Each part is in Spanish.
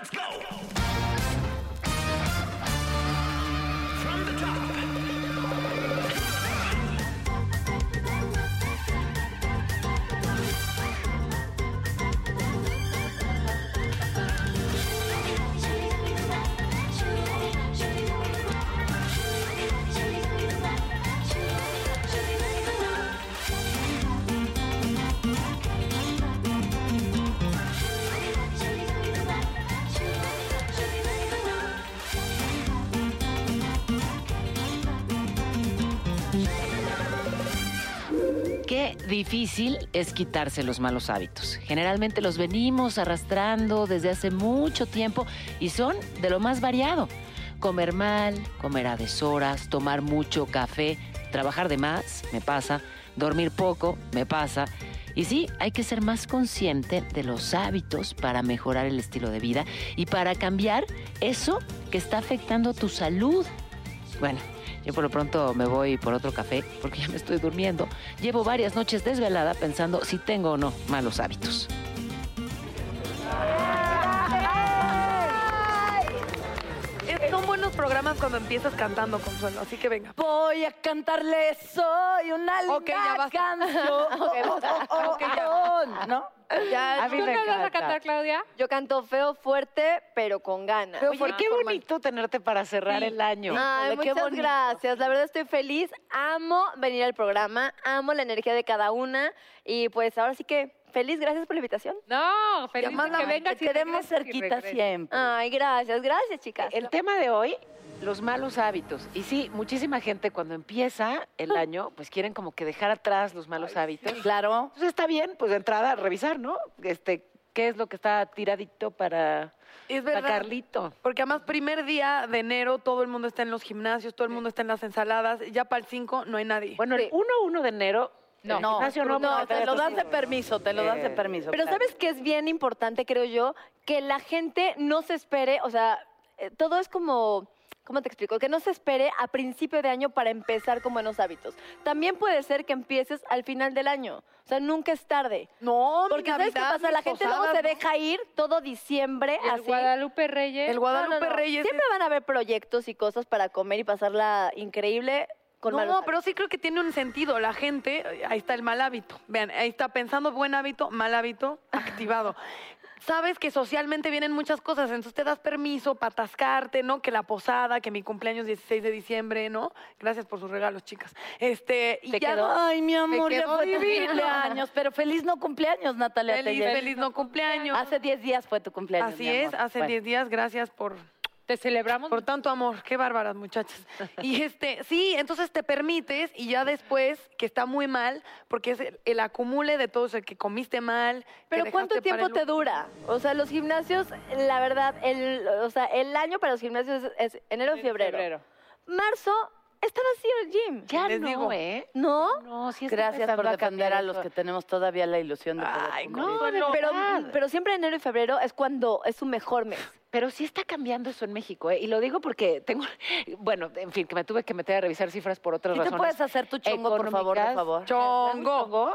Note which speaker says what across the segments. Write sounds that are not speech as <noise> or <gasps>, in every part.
Speaker 1: Let's go! From the top.
Speaker 2: Qué difícil es quitarse los malos hábitos. Generalmente los venimos arrastrando desde hace mucho tiempo y son de lo más variado. Comer mal, comer a deshoras, tomar mucho café, trabajar de más, me pasa, dormir poco, me pasa. Y sí, hay que ser más consciente de los hábitos para mejorar el estilo de vida y para cambiar eso que está afectando tu salud. Bueno, yo por lo pronto me voy por otro café porque ya me estoy durmiendo. Llevo varias noches desvelada pensando si tengo o no malos hábitos.
Speaker 3: Es- Son buenos programas cuando empiezas cantando, Consuelo, así que venga.
Speaker 4: Voy a cantarle, soy una linda
Speaker 3: Ok, ya basta.
Speaker 4: <laughs> canción. Oh,
Speaker 3: Ok, ya.
Speaker 4: ¿No?
Speaker 3: Ya,
Speaker 4: A mí
Speaker 5: ¿Tú
Speaker 4: me
Speaker 5: qué vas a
Speaker 4: encanta.
Speaker 5: cantar, Claudia?
Speaker 4: Yo canto feo, fuerte, pero con ganas.
Speaker 2: Pero
Speaker 4: Oye,
Speaker 2: por qué
Speaker 4: formal.
Speaker 2: bonito tenerte para cerrar el año.
Speaker 4: Ay,
Speaker 3: Híjole, qué
Speaker 4: muchas
Speaker 3: bonito.
Speaker 4: gracias. La verdad estoy feliz. Amo venir al programa, amo la energía de cada una. Y pues ahora sí que feliz, gracias por la invitación.
Speaker 5: No, feliz
Speaker 3: Llamada,
Speaker 5: que vengas. y
Speaker 3: queremos
Speaker 5: regreses y
Speaker 3: cerquita
Speaker 5: regreses.
Speaker 2: siempre.
Speaker 4: Ay, gracias, gracias, chicas.
Speaker 2: El tema de hoy, los malos hábitos. Y sí, muchísima gente cuando empieza el
Speaker 6: Ah.
Speaker 2: año, pues quieren como que dejar atrás los malos hábitos.
Speaker 4: Claro.
Speaker 2: Entonces está bien, pues de entrada revisar, ¿no? Este, qué es lo que está tiradito para,
Speaker 3: Es
Speaker 2: para
Speaker 3: verdad.
Speaker 2: Carlito.
Speaker 3: Porque además, primer día de enero, todo el mundo está en los gimnasios, todo el mundo está en las ensaladas. Ya para el 5 no hay nadie.
Speaker 2: Bueno, el 1-1 de enero, el gimnasio no,
Speaker 6: no,
Speaker 2: pero-
Speaker 6: te lo das de permiso, te lo das de
Speaker 2: Eh,
Speaker 6: permiso.
Speaker 4: Pero
Speaker 6: claro.
Speaker 4: sabes que es bien importante, creo yo, que la gente no se espere, o sea, eh, todo es como, ¿cómo te explico? Que no se espere a principio de año para empezar con buenos hábitos. También puede ser que empieces al final del año, o sea, nunca es tarde.
Speaker 3: no, mi
Speaker 4: Porque ¿sabes qué
Speaker 3: Navidad,
Speaker 4: pasa?
Speaker 3: mis
Speaker 4: La gente luego
Speaker 3: posadas,
Speaker 4: se
Speaker 3: ¿no?
Speaker 4: deja ir todo diciembre
Speaker 5: El
Speaker 4: así.
Speaker 5: Guadalupe Reyes.
Speaker 3: El Guadalupe
Speaker 4: No, no, no.
Speaker 3: Reyes.
Speaker 4: Siempre van a haber proyectos y cosas para comer y pasarla increíble con
Speaker 3: no,
Speaker 4: malos hábitos.
Speaker 3: pero sí creo que tiene un sentido. La gente, eh, ahí está el mal hábito. Vean, ahí está pensando buen hábito, mal hábito, activado. Sabes que socialmente vienen muchas cosas, entonces te das permiso para atascarte, ¿no? Que la posada, que mi cumpleaños 16 de diciembre, ¿no? Gracias por sus regalos, chicas. Este, y
Speaker 6: ¿Te
Speaker 3: ya
Speaker 6: quedó?
Speaker 3: no-
Speaker 6: Ay, mi amor, ya
Speaker 3: quedó
Speaker 4: <laughs>
Speaker 6: fue tu
Speaker 3: divino.
Speaker 6: cumpleaños. Pero feliz no cumpleaños, Natalia.
Speaker 3: Feliz,
Speaker 6: Tellez.
Speaker 3: feliz no cumpleaños.
Speaker 6: Hace 10 días fue tu cumpleaños.
Speaker 3: Así
Speaker 6: mi amor.
Speaker 3: es, hace
Speaker 6: Bueno.
Speaker 3: 10 días, gracias por,
Speaker 5: Te celebramos.
Speaker 3: por tanto amor. Qué bárbaras, muchachas. Y este, sí, entonces te permites y ya después, que está muy mal, porque es el, el acumule de todo eso, que comiste mal. que
Speaker 4: Pero ¿cuánto
Speaker 3: dejaste para
Speaker 4: tiempo
Speaker 3: el
Speaker 4: te dura? O sea, los gimnasios, la verdad, el, o sea, el año para los gimnasios es, es enero y febrero. Marzo está vacío el gym.
Speaker 2: Ya
Speaker 3: Les
Speaker 2: no,
Speaker 3: digo.
Speaker 2: ¿eh?
Speaker 4: ¿No,
Speaker 2: No, sí está
Speaker 6: Gracias
Speaker 2: empezando
Speaker 6: por
Speaker 2: cambiar
Speaker 6: defender a los
Speaker 2: eso.
Speaker 6: que tenemos todavía la ilusión de poder
Speaker 3: Ay,
Speaker 6: cumplir.
Speaker 2: no, no,
Speaker 4: pero,
Speaker 2: verdad.
Speaker 4: pero siempre enero y febrero es cuando es su mejor mes.
Speaker 2: Pero sí está cambiando eso en México, ¿eh? Y lo digo porque tengo, <laughs> bueno, en fin, que me tuve que meter a revisar cifras por otras
Speaker 6: ¿Sí te
Speaker 2: razones.
Speaker 6: puedes hacer tu chongo, por favor,
Speaker 2: económicas.
Speaker 6: por favor?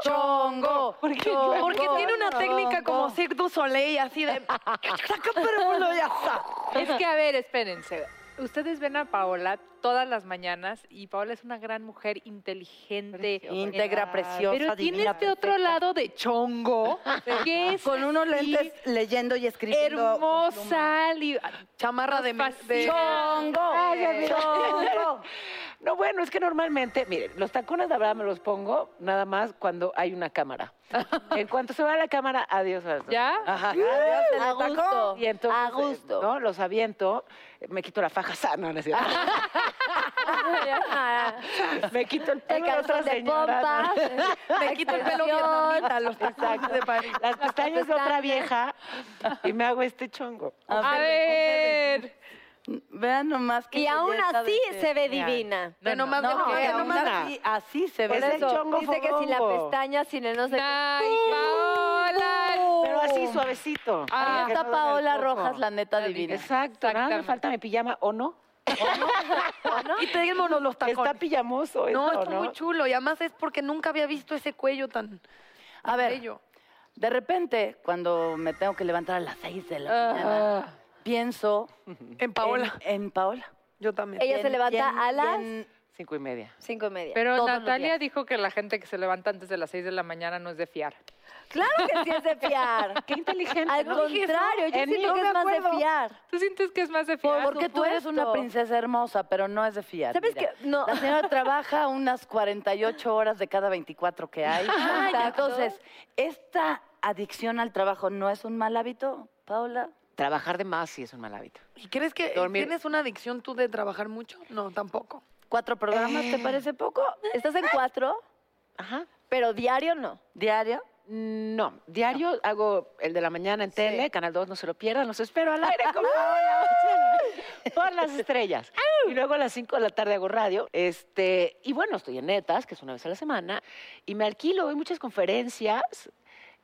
Speaker 3: Chongo, chongo.
Speaker 2: ¿Por qué?
Speaker 3: chongo. Porque tiene una técnica como <laughs> Cirque du Soleil, así de... Saca pero ya está.
Speaker 5: Es que, a ver, espérense. ustedes ven a Paola todas las mañanas y Paola es una gran mujer inteligente,
Speaker 6: Preciosa. Íntegra,
Speaker 5: eh,
Speaker 6: preciosa,
Speaker 5: Pero tiene
Speaker 6: divina,
Speaker 5: este otro
Speaker 6: perfecta.
Speaker 5: lado de chongo, que es
Speaker 7: Con unos
Speaker 5: así,
Speaker 7: lentes leyendo y escribiendo. con pluma.
Speaker 5: hermosa, li-
Speaker 3: Chamarra de, me- de-
Speaker 6: ¡Chongo!
Speaker 7: ¡Chongo!
Speaker 2: <laughs> No, bueno, es que normalmente, miren, los tacones de verdad me los pongo nada más cuando hay una
Speaker 6: <laughs>
Speaker 2: cámara. en cuanto se va la cámara, adiós. adiós.
Speaker 5: ¿Ya?
Speaker 2: Ajá.
Speaker 7: Adiós, se
Speaker 6: A
Speaker 7: le tacó.
Speaker 6: gusto.
Speaker 2: Y entonces,
Speaker 6: A gusto.
Speaker 2: eh,
Speaker 4: <laughs>
Speaker 2: ¿no? Los aviento, eh, me quito la faja sana, ¿no es cierto?
Speaker 6: Ah,
Speaker 2: <laughs> me quito el
Speaker 4: El
Speaker 2: pelo de otra
Speaker 4: calzón de
Speaker 2: señora. ¿no?
Speaker 4: pompas.
Speaker 3: Me quito el pelo
Speaker 4: expresión.
Speaker 3: vietnamita, los tacos de París.
Speaker 2: Las pestañas de otra vieja y me hago este chongo.
Speaker 5: A ver.
Speaker 6: Vean nomás
Speaker 4: Y aún así se ve divina.
Speaker 3: Ve nomás, ve
Speaker 6: No,
Speaker 3: nomás,
Speaker 6: que
Speaker 3: ve
Speaker 6: aún
Speaker 3: nomás.
Speaker 6: así, así se
Speaker 2: Es
Speaker 6: ve.
Speaker 2: el chongo
Speaker 4: dice que sin la
Speaker 2: fodongo.
Speaker 4: pestaña, sin el no sé qué.
Speaker 5: Ay, Paola.
Speaker 2: Pero así suavecito.
Speaker 5: Ah,
Speaker 2: para que
Speaker 6: Esta
Speaker 2: no duela el
Speaker 6: Paola
Speaker 2: coco.
Speaker 6: Rojas, la neta
Speaker 5: La
Speaker 6: divina.
Speaker 2: Exacto, nada me
Speaker 5: Exactamente.
Speaker 2: falta mi pijama o no.
Speaker 3: Y tráiganos los tacones.
Speaker 2: Está pijamoso
Speaker 3: No,
Speaker 2: esto,
Speaker 3: está muy chulo. Y además es porque nunca había visto ese cuello tan
Speaker 6: A ver,
Speaker 3: bello.
Speaker 6: de repente, cuando me tengo que levantar a las 6 de la mañana, pienso
Speaker 3: En Paola.
Speaker 6: En, en Paola.
Speaker 3: Yo también.
Speaker 4: Ella
Speaker 6: Y
Speaker 4: se
Speaker 6: en- y
Speaker 4: levanta
Speaker 6: en-
Speaker 4: a
Speaker 6: y
Speaker 4: las
Speaker 6: en-
Speaker 2: Cinco y media.
Speaker 4: cinco y media.
Speaker 5: Pero
Speaker 4: todos los
Speaker 5: Natalia
Speaker 4: días.
Speaker 5: dijo que la gente que se levanta antes de las 6 de la mañana no es de fiar.
Speaker 4: Claro que sí es de fiar.
Speaker 2: Qué inteligente.
Speaker 4: Al
Speaker 2: ¿no?
Speaker 4: contrario, yo
Speaker 2: En mí
Speaker 4: siento
Speaker 2: no
Speaker 4: que
Speaker 2: me
Speaker 4: es más de
Speaker 2: acuerdo.
Speaker 4: fiar.
Speaker 5: ¿Tú sientes que es más de fiar?
Speaker 6: Porque tú eres una
Speaker 4: supuesto.
Speaker 6: princesa hermosa, pero no es de fiar.
Speaker 4: ¿Sabes
Speaker 6: mira.
Speaker 4: qué? No.
Speaker 6: La señora trabaja unas 48 horas de cada 24 que
Speaker 4: <laughs>
Speaker 6: hay.
Speaker 4: Exacto.
Speaker 6: Entonces, esta adicción al trabajo no es un mal hábito, Paola.
Speaker 2: Trabajar de más sí es un mal hábito.
Speaker 3: ¿Y crees que
Speaker 2: Dormir.
Speaker 3: tienes una adicción tú de trabajar mucho? No, tampoco.
Speaker 6: ¿Cuatro programas te parece poco?
Speaker 4: Estás en cuatro,
Speaker 2: Ajá.
Speaker 4: pero diario no.
Speaker 6: ¿Diario?
Speaker 2: No, diario hago el de la mañana en tele, Canal 2, no se lo pierdan, los espero al aire como Paola Marcela, por las estrellas. Y luego a las 5 de la tarde hago radio. Este, y bueno, estoy en Netas, que es una vez a la semana, y me alquilo, hay muchas conferencias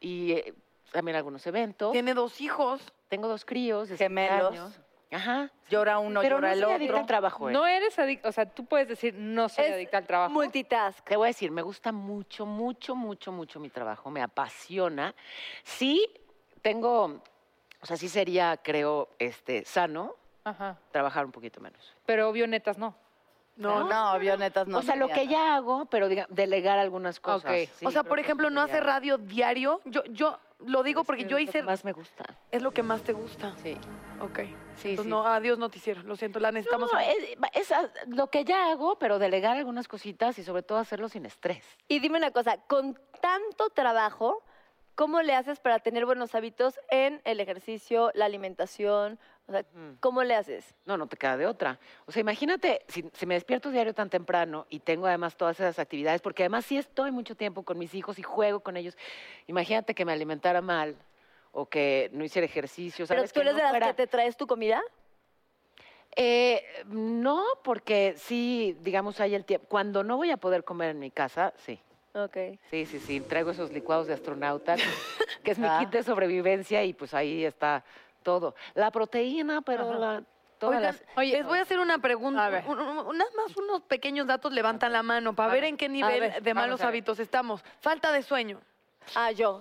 Speaker 2: y eh, también algunos eventos.
Speaker 3: Tiene dos hijos.
Speaker 2: Tengo dos críos de siete
Speaker 6: Gemelos.
Speaker 2: años. Ajá.
Speaker 6: Llora uno,
Speaker 2: Pero
Speaker 6: llora
Speaker 2: no
Speaker 6: el
Speaker 2: soy adicta
Speaker 6: otro.
Speaker 2: al trabajo. ¿eh?
Speaker 5: No eres adicta, o sea, tú puedes decir no soy
Speaker 4: Es
Speaker 5: adicta al trabajo.
Speaker 4: Multitask.
Speaker 2: Te voy a decir, me gusta mucho, mucho, mucho, mucho mi trabajo, me apasiona. Sí, tengo, o sea, sí sería, creo, este, sano
Speaker 5: Ajá.
Speaker 2: trabajar un poquito menos.
Speaker 5: Pero obvio netas no.
Speaker 6: No, no, avionetas no.
Speaker 2: o sea, lo que
Speaker 6: serían.
Speaker 2: ya hago, pero diga- delegar algunas cosas.
Speaker 5: Ok.
Speaker 2: Sí,
Speaker 3: o sea,
Speaker 2: creo
Speaker 3: por
Speaker 2: que
Speaker 3: ejemplo,
Speaker 2: eso
Speaker 3: no
Speaker 2: sería-
Speaker 3: hace radio diario. Yo, yo lo digo
Speaker 2: Es
Speaker 3: porque
Speaker 2: que
Speaker 3: yo
Speaker 2: es lo que
Speaker 3: hice.
Speaker 2: más me gusta.
Speaker 3: Es lo que más te gusta.
Speaker 2: Sí.
Speaker 3: Ok.
Speaker 2: Sí,
Speaker 3: Entonces,
Speaker 2: sí.
Speaker 3: no, adiós noticiero. Lo siento, la
Speaker 2: No,
Speaker 3: necesitamos.
Speaker 2: es, es a- lo que ya hago, pero delegar algunas cositas y sobre todo hacerlo sin estrés.
Speaker 4: Y dime una cosa, con tanto trabajo, ¿cómo le haces para tener buenos hábitos en el ejercicio, la alimentación? O sea,
Speaker 3: Mm.
Speaker 2: Ujú.
Speaker 4: ¿cómo le haces?
Speaker 2: No, no te queda de otra. O sea, imagínate, si, si me despierto diario tan temprano y tengo además todas esas actividades, porque además sí estoy mucho tiempo con mis hijos y juego con ellos. Imagínate que me alimentara mal o que no hiciera ejercicio.
Speaker 4: ¿Pero
Speaker 2: ¿sabes?
Speaker 4: tú
Speaker 2: Que
Speaker 4: eres
Speaker 2: no
Speaker 4: de las
Speaker 2: fuera-
Speaker 4: que te traes tu comida?
Speaker 2: Eh, no, porque sí, digamos, hay el tiempo. Cuando no voy a poder comer en mi casa, sí.
Speaker 4: Ok.
Speaker 2: Sí, sí, sí. Traigo esos licuados de
Speaker 4: <laughs>
Speaker 2: astronauta, que- que es mi
Speaker 6: Ah.
Speaker 2: kit de sobrevivencia y pues ahí está todo. La proteína, pero
Speaker 5: Ajá.
Speaker 2: la, todas
Speaker 3: Oigan,
Speaker 2: las...
Speaker 5: Oye,
Speaker 3: Les voy a hacer una pregunta.
Speaker 5: A ver.
Speaker 3: un- un- un- nada más unos pequeños datos levantan la mano para ver en qué nivel
Speaker 5: ver,
Speaker 3: de
Speaker 5: vamos
Speaker 3: malos
Speaker 5: a ver.
Speaker 3: hábitos estamos. Falta de sueño.
Speaker 4: Ah, yo,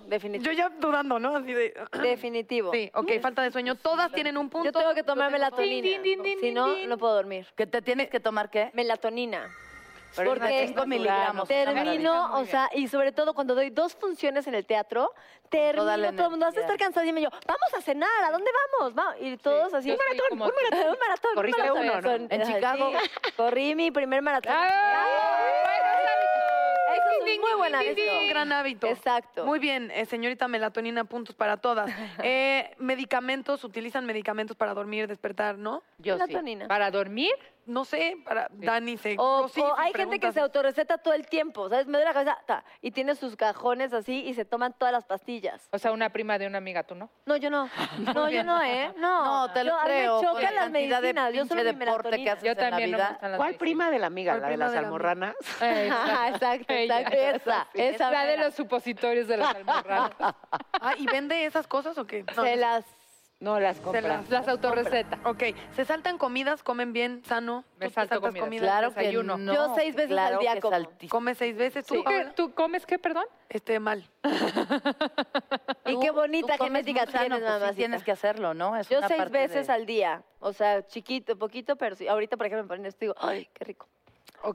Speaker 3: Yo
Speaker 4: definitivo.
Speaker 3: ya dudando, ¿no? Así de. Pues
Speaker 4: Definitivo.
Speaker 3: <clears throat> Sí, ok, falta de sueño. Todas tienen un punto.
Speaker 4: Yo tengo que tomar
Speaker 3: la
Speaker 4: melatonina.
Speaker 5: Din, din, din,
Speaker 4: si
Speaker 5: din,
Speaker 4: no,
Speaker 5: din.
Speaker 4: no puedo dormir.
Speaker 6: ¿Que te tienes que tomar qué?
Speaker 4: Melatonina.
Speaker 2: Pero es
Speaker 4: porque
Speaker 6: cinco miligramos,
Speaker 3: Ah,
Speaker 4: Termino, o sea, y sobre todo cuando doy dos funciones en el teatro, termino,
Speaker 6: toda la
Speaker 4: todo el mundo hace
Speaker 6: energía.
Speaker 4: estar cansado y me yo, vamos a cenar, ¿a dónde vamos? Va- Y todos así.
Speaker 5: yo estoy como tú.
Speaker 4: <laughs> un maratón, un
Speaker 2: Corriste
Speaker 4: maratón.
Speaker 2: uno, ¿no?
Speaker 4: Con-
Speaker 6: En
Speaker 4: ajá,
Speaker 6: Chicago.
Speaker 4: sí. corrí mi primer maratón.
Speaker 5: ¡Ah! ¡Buenos hábitos!
Speaker 4: Eso es un muy buen
Speaker 3: un
Speaker 4: hábito.
Speaker 3: gran hábito.
Speaker 4: Exacto.
Speaker 3: Muy bien, eh, señorita melatonina, puntos para <laughs> todas. Eh, medicamentos, utilizan medicamentos para dormir, despertar, ¿no?
Speaker 2: Yo sí.
Speaker 4: melatonina.
Speaker 5: ¿Para dormir?
Speaker 3: No sé, para Dani se.
Speaker 4: O,
Speaker 3: yo sí,
Speaker 4: o
Speaker 3: sí,
Speaker 4: hay gente que
Speaker 3: preguntas.
Speaker 4: se autorreceta todo el tiempo, ¿sabes? Me duele la cabeza ta, y tiene sus cajones así y se toman todas las pastillas.
Speaker 5: O sea, una prima de una amiga, ¿tú no.
Speaker 4: No, yo <laughs> no. No, yo no, ¿eh? No,
Speaker 6: No, te lo
Speaker 4: yo, a mí
Speaker 6: creo.
Speaker 4: Me
Speaker 6: con la
Speaker 4: chocan las
Speaker 6: cantidad de
Speaker 4: medicinas. Yo
Speaker 6: pinche
Speaker 4: solo mi
Speaker 6: deporte que
Speaker 4: melatonina.
Speaker 6: haces
Speaker 5: Yo
Speaker 6: en
Speaker 5: también no
Speaker 6: la vida.
Speaker 5: me gustan las
Speaker 2: ¿Cuál
Speaker 5: bicis.
Speaker 2: prima de la amiga?
Speaker 3: ¿Cuál
Speaker 2: ¿La de
Speaker 3: prima
Speaker 2: las
Speaker 3: de la amiga?
Speaker 2: almorranas?
Speaker 4: <laughs>
Speaker 5: Eh, <laughs>
Speaker 4: Ajá, exacto, exacto. Esa, esa.
Speaker 5: la de
Speaker 4: mera. <laughs>
Speaker 5: los supositorios de las almorranas.
Speaker 3: Ah, ¿y vende esas cosas o qué?
Speaker 4: Se las
Speaker 2: No las
Speaker 3: Se
Speaker 2: compras.
Speaker 5: Las autorrecetas.
Speaker 3: Ok, se saltan comidas, comen bien, sano.
Speaker 5: Me
Speaker 3: ¿Tú te
Speaker 5: salto
Speaker 3: saltas
Speaker 5: comidas.
Speaker 3: comidas?
Speaker 5: Claro que Desayuno. no,
Speaker 4: Yo seis veces
Speaker 6: claro
Speaker 4: al día
Speaker 6: que
Speaker 4: como.
Speaker 6: salti-
Speaker 3: Come seis veces. ¿Tú,
Speaker 5: ¿Tú, qué-
Speaker 3: Paola?
Speaker 5: ¿Tú comes qué, perdón?
Speaker 3: Este, mal.
Speaker 4: Y qué bonita
Speaker 6: Tú comes
Speaker 4: genética
Speaker 6: muy sano,
Speaker 4: tienes,
Speaker 6: pues sí
Speaker 4: mamacita.
Speaker 6: tienes que hacerlo, ¿no? Es
Speaker 4: Yo
Speaker 6: una
Speaker 4: seis
Speaker 6: parte de-
Speaker 4: veces al día. O sea, chiquito, poquito, pero sí. Ahorita, por ejemplo, me ponen esto y digo, ay, qué rico.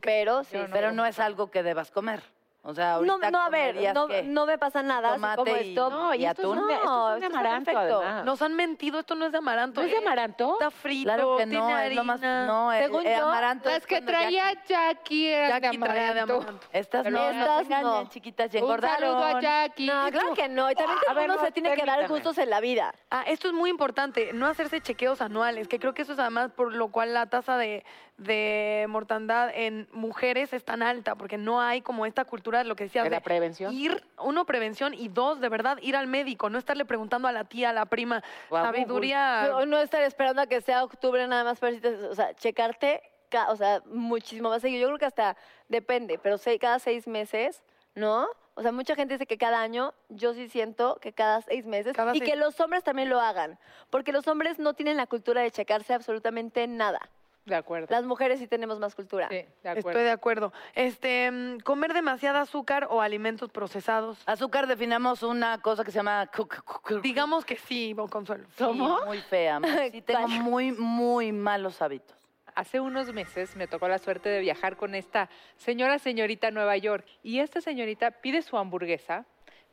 Speaker 4: Pero sí.
Speaker 6: Sí, pero no es algo que debas comer. O sea,
Speaker 4: No,
Speaker 6: ahorita
Speaker 4: no, a ver,
Speaker 6: comerías
Speaker 4: no,
Speaker 6: ¿qué?
Speaker 4: no me pasa nada. si
Speaker 6: Tomate
Speaker 4: como
Speaker 6: y-
Speaker 4: esto.
Speaker 6: No, y esto es
Speaker 4: atún.
Speaker 6: un-
Speaker 2: esto es
Speaker 4: No,
Speaker 2: un
Speaker 4: esto está
Speaker 2: amaranto,
Speaker 4: perfecto.
Speaker 5: Ah.
Speaker 2: además.
Speaker 3: Nos han mentido, esto no es de amaranto.
Speaker 2: ¿No es
Speaker 3: ¿eh?
Speaker 2: de amaranto?
Speaker 3: Está frito,
Speaker 6: Claro que
Speaker 3: tiene
Speaker 6: no, es lo más...
Speaker 3: harina.
Speaker 6: No, el,
Speaker 4: Según
Speaker 6: el
Speaker 4: yo,
Speaker 6: amaranto
Speaker 5: Las
Speaker 6: es
Speaker 5: que
Speaker 6: cuando
Speaker 5: traía Jackie eran de
Speaker 3: Jackie traía de
Speaker 5: amaranto.
Speaker 3: amaranto.
Speaker 6: Estas
Speaker 5: Pero
Speaker 6: no,
Speaker 4: estas
Speaker 6: no, se engañen,
Speaker 4: no.
Speaker 6: chicas, ya
Speaker 5: Un
Speaker 6: engordaron.
Speaker 5: saludo a Jackie.
Speaker 4: No, claro que no. Y también
Speaker 6: A ver,
Speaker 4: uno
Speaker 6: no,
Speaker 4: se tiene que dar
Speaker 6: permítame.
Speaker 4: gustos en la vida.
Speaker 3: Ah, esto es muy importante, no hacerse chequeos anuales, que creo que eso es además por lo cual la tasa de, de mortandad en mujeres es tan alta, porque no hay como esta cultura de lo que decías
Speaker 2: De la prevención.
Speaker 3: ir, uno, prevención, y dos, de verdad, ir al médico, no estarle preguntando a la tía, a la prima,
Speaker 2: O a
Speaker 3: sabiduría.
Speaker 4: No, no estar esperando a que sea octubre nada más para si te- o sea, checarte, ca- o sea, muchísimo más seguido. Yo creo que hasta depende, pero se- cada seis meses, ¿no? O sea, mucha gente dice que cada año, yo sí siento que cada seis meses
Speaker 3: Cada
Speaker 4: y
Speaker 3: seis-
Speaker 4: que los hombres también lo hagan, porque los hombres no tienen la cultura de checarse absolutamente nada.
Speaker 5: De acuerdo.
Speaker 4: Las mujeres sí tenemos más cultura.
Speaker 5: Sí, de acuerdo.
Speaker 3: Estoy de acuerdo. Este, mm, comer demasiada azúcar o alimentos procesados.
Speaker 6: Azúcar definamos una cosa que se llama... cu- cu- cu- cu-
Speaker 3: Digamos que sí, Bon Consuelo.
Speaker 6: Sí, Muy fea. <laughs> Sí, tengo
Speaker 4: ¿Cuál?
Speaker 6: muy, muy malos hábitos.
Speaker 5: Hace unos meses me tocó la suerte de viajar con esta señora señorita a Nueva York. Y esta señorita pide su hamburguesa,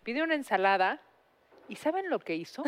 Speaker 5: pide una ensalada. ¿Y saben lo que <laughs> hizo?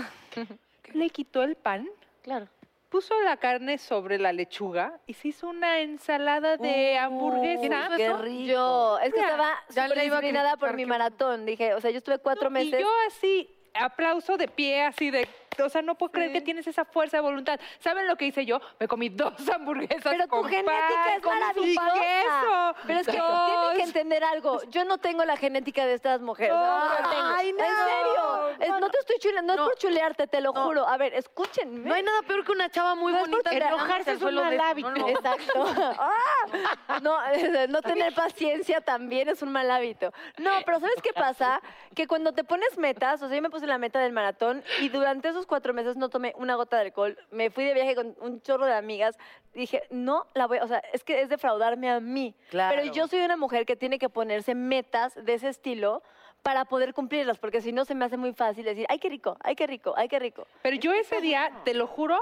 Speaker 5: Le quitó el pan,
Speaker 2: Claro.
Speaker 5: puso la carne sobre la lechuga y se hizo una ensalada de hamburguesa.
Speaker 6: Qué rico.
Speaker 4: Yo, es que
Speaker 5: Mira,
Speaker 4: estaba
Speaker 3: ya
Speaker 4: súper
Speaker 3: le iba a
Speaker 4: disciplinada por
Speaker 3: criticar
Speaker 4: mi
Speaker 3: que-
Speaker 4: maratón. Dije, o sea, yo estuve cuatro
Speaker 5: No,
Speaker 4: meses.
Speaker 5: Y yo así, aplauso de pie, así de. O sea, no puedo creer que tienes esa fuerza de voluntad. ¿Saben lo que hice yo? Me comí dos <laughs> hamburguesas.
Speaker 4: Pero tu
Speaker 5: con
Speaker 4: genética
Speaker 5: pan,
Speaker 4: es
Speaker 5: con
Speaker 4: maravillosa.
Speaker 5: queso.
Speaker 4: Pero es que
Speaker 5: Dos.
Speaker 4: tienen que entender algo. Yo no tengo la genética de estas mujeres.
Speaker 5: No,
Speaker 4: No la tengo.
Speaker 3: ay, no.
Speaker 4: En serio. Es- no te estoy chuleando. No,
Speaker 3: No.
Speaker 4: es por chulearte, te lo
Speaker 3: No.
Speaker 4: juro. A ver, escúchenme.
Speaker 3: No hay nada peor que una chava muy bonita
Speaker 4: porque
Speaker 3: tirada
Speaker 4: enojarse
Speaker 3: hacia el
Speaker 4: es
Speaker 3: suelo
Speaker 4: un
Speaker 3: de-
Speaker 4: mal hábito.
Speaker 3: No, no, no.
Speaker 4: Exacto. ¡Ah! No, <laughs> no tener paciencia también es un mal hábito. No, pero ¿sabes qué pasa? Que cuando te pones metas, o sea, yo me puse la meta del maratón y durante esos cuatro meses no tomé una gota de alcohol, me fui de viaje con un chorro de amigas, dije, no la voy, o sea, es que es defraudarme a mí.
Speaker 6: Claro.
Speaker 4: Pero yo soy una mujer que tiene que ponerse metas de ese estilo para poder cumplirlas, porque si no se me hace muy fácil decir, ay, qué rico, ay, qué rico, ay, qué rico.
Speaker 5: Pero yo ese día, te lo juro,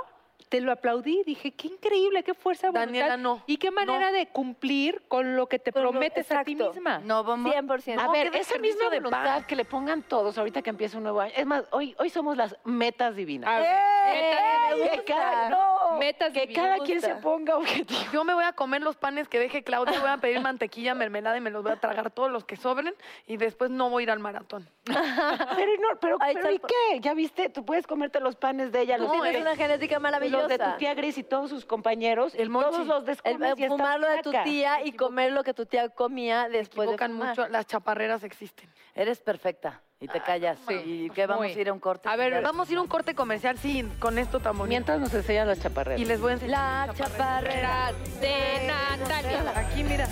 Speaker 5: te lo aplaudí. Dije, qué increíble, qué fuerza de voluntad.
Speaker 3: Daniela, no.
Speaker 5: Y qué manera de cumplir con lo que te
Speaker 4: Con lo-
Speaker 5: prometes a ti
Speaker 4: exacto.
Speaker 5: misma.
Speaker 6: No, vamos.
Speaker 4: 100%.
Speaker 2: A ver,
Speaker 3: qué
Speaker 2: esa
Speaker 3: desperdicio
Speaker 2: misma
Speaker 3: de
Speaker 2: voluntad
Speaker 3: pan.
Speaker 2: que le pongan todos ahorita que empieza un nuevo año. Es más, hoy, hoy somos las metas divinas.
Speaker 6: ¡Eh!
Speaker 5: A ver,
Speaker 4: ¡Eh!
Speaker 5: metas divinas.
Speaker 2: que cada,
Speaker 5: Metas
Speaker 2: que
Speaker 5: divinas.
Speaker 2: cada quien se ponga objetivo.
Speaker 3: Yo me voy a comer los panes que deje Claudia, voy a pedir mantequilla, mermelada y me los voy a tragar todos los que sobren y después no voy a ir al maratón.
Speaker 2: Pero, no, pero,
Speaker 4: Ahí
Speaker 2: pero
Speaker 4: está el
Speaker 2: ¿y
Speaker 4: pro-
Speaker 2: qué? Ya viste, tú puedes comerte los panes de ella,
Speaker 4: Tú
Speaker 2: los,
Speaker 4: tienes
Speaker 2: tuyos,
Speaker 4: una genética maravillosa.
Speaker 2: los de tu tía Gris y todos sus compañeros.
Speaker 3: El monchi.
Speaker 2: todos los
Speaker 4: El,
Speaker 2: descomes y
Speaker 4: el
Speaker 2: estás
Speaker 4: fumar lo de tu
Speaker 2: flaca.
Speaker 4: tía y comer lo que tu tía comía después de
Speaker 3: Equivocan
Speaker 4: fumar.
Speaker 3: mucho, las chaparreras existen.
Speaker 6: Eres perfecta y te callas. ¿Y qué vamos
Speaker 5: Muy.
Speaker 6: a ir a un corte?
Speaker 5: A ver,
Speaker 3: Vamos a ir a un corte comercial, sí, con esto tan bonito.
Speaker 2: Mientras nos enseñan las chaparreras.
Speaker 3: Y les voy a enseñar.
Speaker 4: La
Speaker 3: mis chaparreras.
Speaker 4: chaparrera de Natalia.
Speaker 3: Aquí, mira.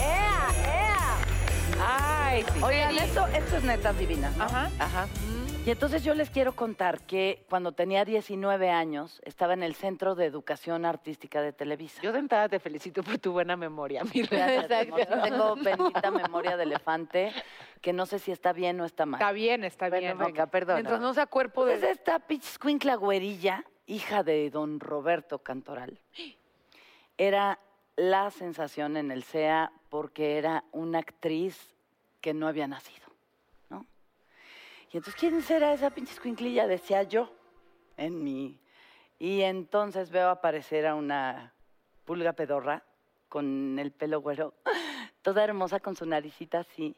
Speaker 4: ¡Ea, ea!
Speaker 2: Ay, sí.
Speaker 6: Oigan, esto, esto es netas divinas, ¿no?
Speaker 5: Ajá.
Speaker 6: Ajá. Y entonces yo les quiero contar que cuando tenía 19 años estaba en el Centro de Educación Artística de Televisa.
Speaker 2: Yo de entrada te felicito por tu buena memoria, mi reina.
Speaker 6: Gracias, amor. Yo Tengo bendita memoria de elefante, que no sé si está bien o está mal.
Speaker 5: está bien, está
Speaker 2: Bueno,
Speaker 5: bien.
Speaker 2: venga, perdona.
Speaker 3: Mientras no sea cuerpo
Speaker 6: Entonces
Speaker 4: Pues,
Speaker 3: de...
Speaker 6: esta pizcuincla güerilla, hija de don Roberto Cantoral, era la sensación en el CEA porque era una actriz que no había nacido, ¿no? Y entonces, ¿quién será esa pinche escuinclilla? Decía yo en mi... Y entonces veo aparecer a una pulga <laughs> pedorra con el pelo güero, toda hermosa con su naricita así.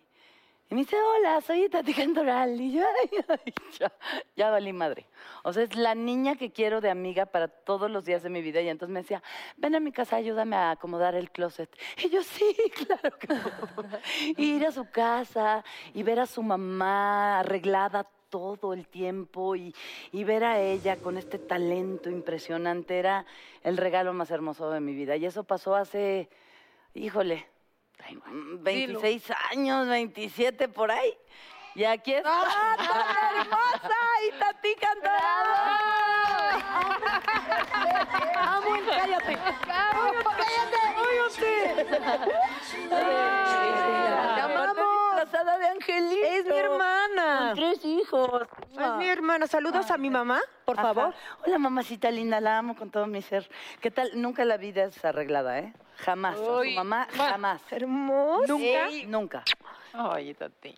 Speaker 6: Y me dice, hola, soy Tati Cantoral. Y yo, "Ay, ay, ya, ya valí madre. O sea, es la niña que quiero de amiga para todos los días de mi vida. Y entonces me decía, ven a mi casa, ayúdame a acomodar el closet. Y yo, sí, <laughs> claro que puedo". Y ir a su casa y ver a su mamá arreglada todo el tiempo y, y ver a ella con este talento impresionante era el regalo más hermoso de mi vida. Y eso pasó hace, híjole, Mm, 26 años, 27 por ahí. Y aquí
Speaker 8: Ah.
Speaker 6: está. tan hermosa! ¡Y Tati
Speaker 3: ¡Vamos, cállate! ¡Vamos, cállate!
Speaker 6: ¡Te amamos! Casada de Angelito.
Speaker 8: Es mi hermana.
Speaker 6: tres hijos.
Speaker 8: Es mi hermana. Saludos a mi mamá, por
Speaker 6: Ajá.
Speaker 8: favor.
Speaker 6: Hola, mamacita linda, la amo con todo mi ser. ¿Qué tal? Nunca la vida es arreglada, ¿eh? Jamás. A su
Speaker 5: Uy,
Speaker 6: mamá,
Speaker 5: ma.
Speaker 6: jamás.
Speaker 8: Hermosa.
Speaker 5: ¿Nunca?
Speaker 6: Sí, Nunca.
Speaker 5: Ay, Tati.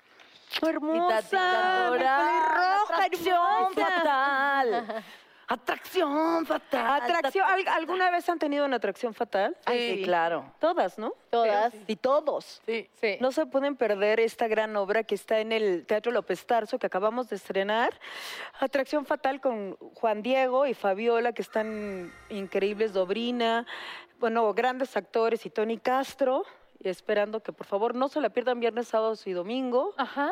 Speaker 8: Hermosa. mi pelirroja,
Speaker 6: atracción
Speaker 8: hermosa.
Speaker 6: fatal. Atracción fatal.
Speaker 8: Atracción. ¿al- ¿Alguna vez han tenido una atracción fatal?
Speaker 6: Ay, sí, claro.
Speaker 8: Todas, ¿no?
Speaker 4: Todas.
Speaker 8: Y todos.
Speaker 5: Sí, sí.
Speaker 8: No se pueden perder esta gran obra que está en el Teatro López Tarso que acabamos de estrenar. Atracción Fatal con Juan Diego y Fabiola, que están increíbles, Dobrina, bueno, grandes actores y Tony Castro. Y esperando que por favor no se la pierdan viernes, sábados y domingo.
Speaker 5: Ajá.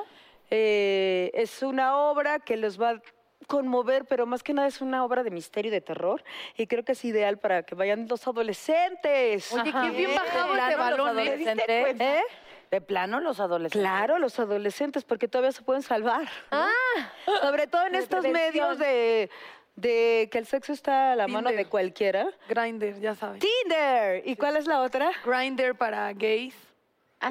Speaker 8: Eh, es una obra que les va a conmover, pero más que nada es una obra de misterio y de terror. Y creo que es ideal para que vayan los adolescentes.
Speaker 5: Oye, qué bien
Speaker 6: ¿De
Speaker 5: bajado
Speaker 6: plano
Speaker 5: este
Speaker 6: los
Speaker 5: balón, ¿eh?
Speaker 6: adolescentes?
Speaker 8: ¿Eh?
Speaker 6: ¿De plano los adolescentes?
Speaker 8: Claro, los adolescentes, porque todavía se pueden salvar. ¿no? Sobre todo en
Speaker 4: De
Speaker 8: estos
Speaker 4: prevención.
Speaker 8: medios de, de que el sexo está a la mano de
Speaker 3: Tinder.
Speaker 8: cualquiera.
Speaker 3: Grinder, ya sabes.
Speaker 8: Tinder. ¿Y cuál es la otra?
Speaker 3: Grinder para gays.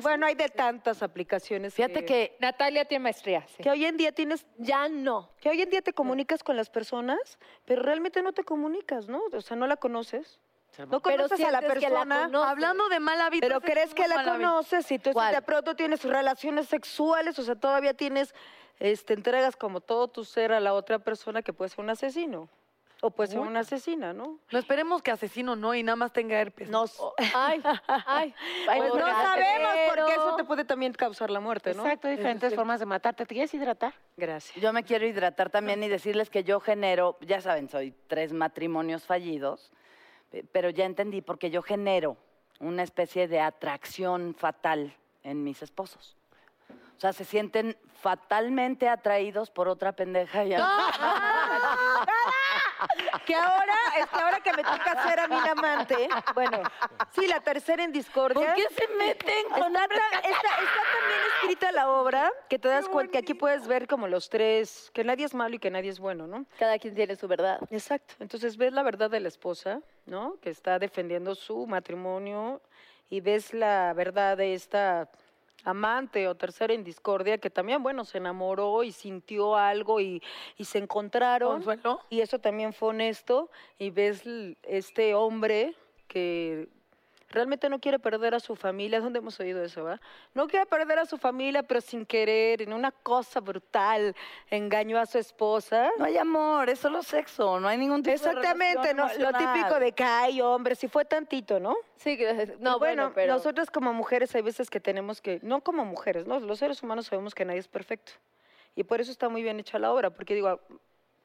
Speaker 8: Bueno, hay de tantas aplicaciones.
Speaker 6: Fíjate que
Speaker 5: Natalia tiene maestría. sí.
Speaker 8: que hoy en día tienes
Speaker 4: Ya no.
Speaker 8: que hoy en día te comunicas con las personas, pero realmente no te comunicas, ¿no? O sea, no la conoces. No
Speaker 4: Pero
Speaker 8: conoces a la
Speaker 4: sientes que la
Speaker 8: persona.
Speaker 4: conoces.
Speaker 3: Hablando de mal hábito.
Speaker 8: pero
Speaker 3: ese es
Speaker 8: crees
Speaker 3: un
Speaker 8: que la
Speaker 3: mal hábito.
Speaker 8: conoces y tú
Speaker 4: ¿Cuál?
Speaker 8: de pronto tienes relaciones sexuales, o sea, todavía tienes, este, entregas como todo tu ser a la otra persona que puede ser un asesino. O puede ser una asesina, ¿no?
Speaker 3: No esperemos que asesino no y nada más tenga herpes.
Speaker 8: No, s- <laughs>
Speaker 4: Ay, ay. <laughs>
Speaker 8: pues no
Speaker 4: Pobre
Speaker 8: sabemos porque
Speaker 4: Pedro.
Speaker 8: eso te puede también causar la muerte,
Speaker 4: Pues,
Speaker 8: ¿no?
Speaker 2: Exacto, hay diferentes formas de matarte. ¿Te quieres hidratar?
Speaker 8: Gracias.
Speaker 6: yo me quiero hidratar también y decirles que yo genero, ya saben, soy tres matrimonios fallidos, eh, pero ya entendí porque yo genero una especie de atracción fatal en mis esposos. O sea, se sienten fatalmente atraídos por otra pendeja y
Speaker 2: ¡Ah!
Speaker 6: <laughs>
Speaker 8: Que ahora, es que ahora que me toca ser a mi amante, bueno, sí, la tercera en discordia.
Speaker 6: ¿Por qué
Speaker 8: <laughs>
Speaker 6: se meten
Speaker 8: Está,
Speaker 6: con
Speaker 8: ta- está- está también escrita la obra que te das cuenta que aquí puedes ver como los tres, que nadie es malo y que nadie es <laughs> bueno, ¿no?
Speaker 4: Cada quien tiene su verdad.
Speaker 8: Exacto. Entonces ves la verdad de la esposa, ¿no? Que está defendiendo su matrimonio y ves la verdad de esta amante o tercera en discordia que también, bueno, se enamoró y sintió algo y, y se encontraron.
Speaker 3: Consuelo.
Speaker 8: Y eso también fue honesto. Y ves l- este hombre que realmente no quiere perder a su familia. ¿Dónde hemos oído eso, verdad? No quiere perder a su familia, pero sin querer, en una cosa brutal, engañó a su esposa.
Speaker 6: No hay amor, es solo sexo, no hay ningún tipo de
Speaker 8: Exactamente,
Speaker 6: relación
Speaker 8: ¿no? lo
Speaker 6: emocional.
Speaker 8: típico de que, ay, hombre, si fue tantito, ¿no?
Speaker 4: Sí, que-
Speaker 8: Y
Speaker 4: no, bueno, pero. <laughs>
Speaker 8: nosotras como mujeres hay veces que tenemos que, no como mujeres, ¿no? Los seres humanos sabemos que nadie es perfecto. Y por eso está muy bien hecha la obra, porque digo,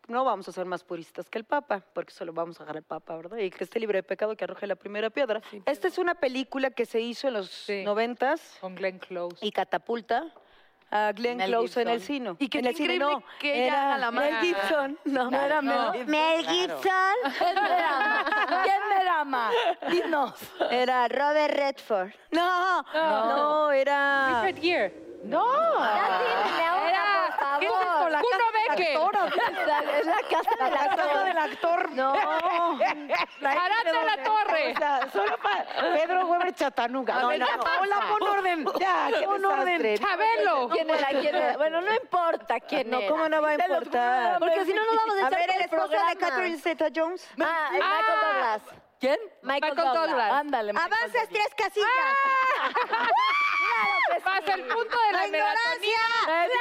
Speaker 8: no vamos a ser más puristas que el Papa, porque solo vamos a dejar al Papa, ¿verdad? Y que esté libre de pecado que arroje la primera piedra. Esta es una película que se hizo en los
Speaker 5: Sí.
Speaker 8: noventas
Speaker 5: Con Glenn Close.
Speaker 8: y catapulta a Glenn
Speaker 6: Mel
Speaker 8: Close en el
Speaker 6: Gibson.
Speaker 8: cine.
Speaker 3: Y que
Speaker 8: en
Speaker 3: es
Speaker 8: el cine,
Speaker 3: increíble
Speaker 8: no,
Speaker 3: que ella
Speaker 8: era
Speaker 3: haga la
Speaker 8: Mel
Speaker 5: mala.
Speaker 8: Gibson, no, no era Mel Gibson.
Speaker 6: Mel Gibson. ¿Quién me ama? ¿Quién me ama? Dinos.
Speaker 8: Era Robert
Speaker 4: <laughs>
Speaker 8: Redford. No, no, era.
Speaker 5: Richard Gere.
Speaker 4: Ya dime ahora, por
Speaker 5: ¿Qué es
Speaker 4: favor.
Speaker 5: esto? La casa de
Speaker 4: Es la casa de la
Speaker 8: casa del actor. <laughs> No.
Speaker 5: Barata la torre.
Speaker 8: solo para Pedro Weber Chatanuga. No, no, no. Hola, pon orden. Ya, qué pon orden.
Speaker 5: Chabelo.
Speaker 4: <laughs> ¿Quién era? ¿Quién era? Bueno,
Speaker 8: <laughs>
Speaker 4: no importa quién
Speaker 8: No,
Speaker 4: era.
Speaker 8: ¿cómo no va a
Speaker 4: Te lo juro,
Speaker 8: importar?
Speaker 4: Porque si no, nos vamos a echar
Speaker 8: ver, el
Speaker 4: todo el
Speaker 8: esposo
Speaker 4: programa.
Speaker 8: de Catherine Zeta-Jones.
Speaker 4: Ah, es Michael Douglas.
Speaker 6: ¿Quién?
Speaker 4: Michael,
Speaker 5: Michael
Speaker 4: Douglas.
Speaker 5: Douglas.
Speaker 6: Ándale, Michael
Speaker 8: Avanzas
Speaker 6: Douglas.
Speaker 8: tres casillas.
Speaker 4: Ah.
Speaker 5: Pasa el punto de la, melatonina.
Speaker 8: Claro,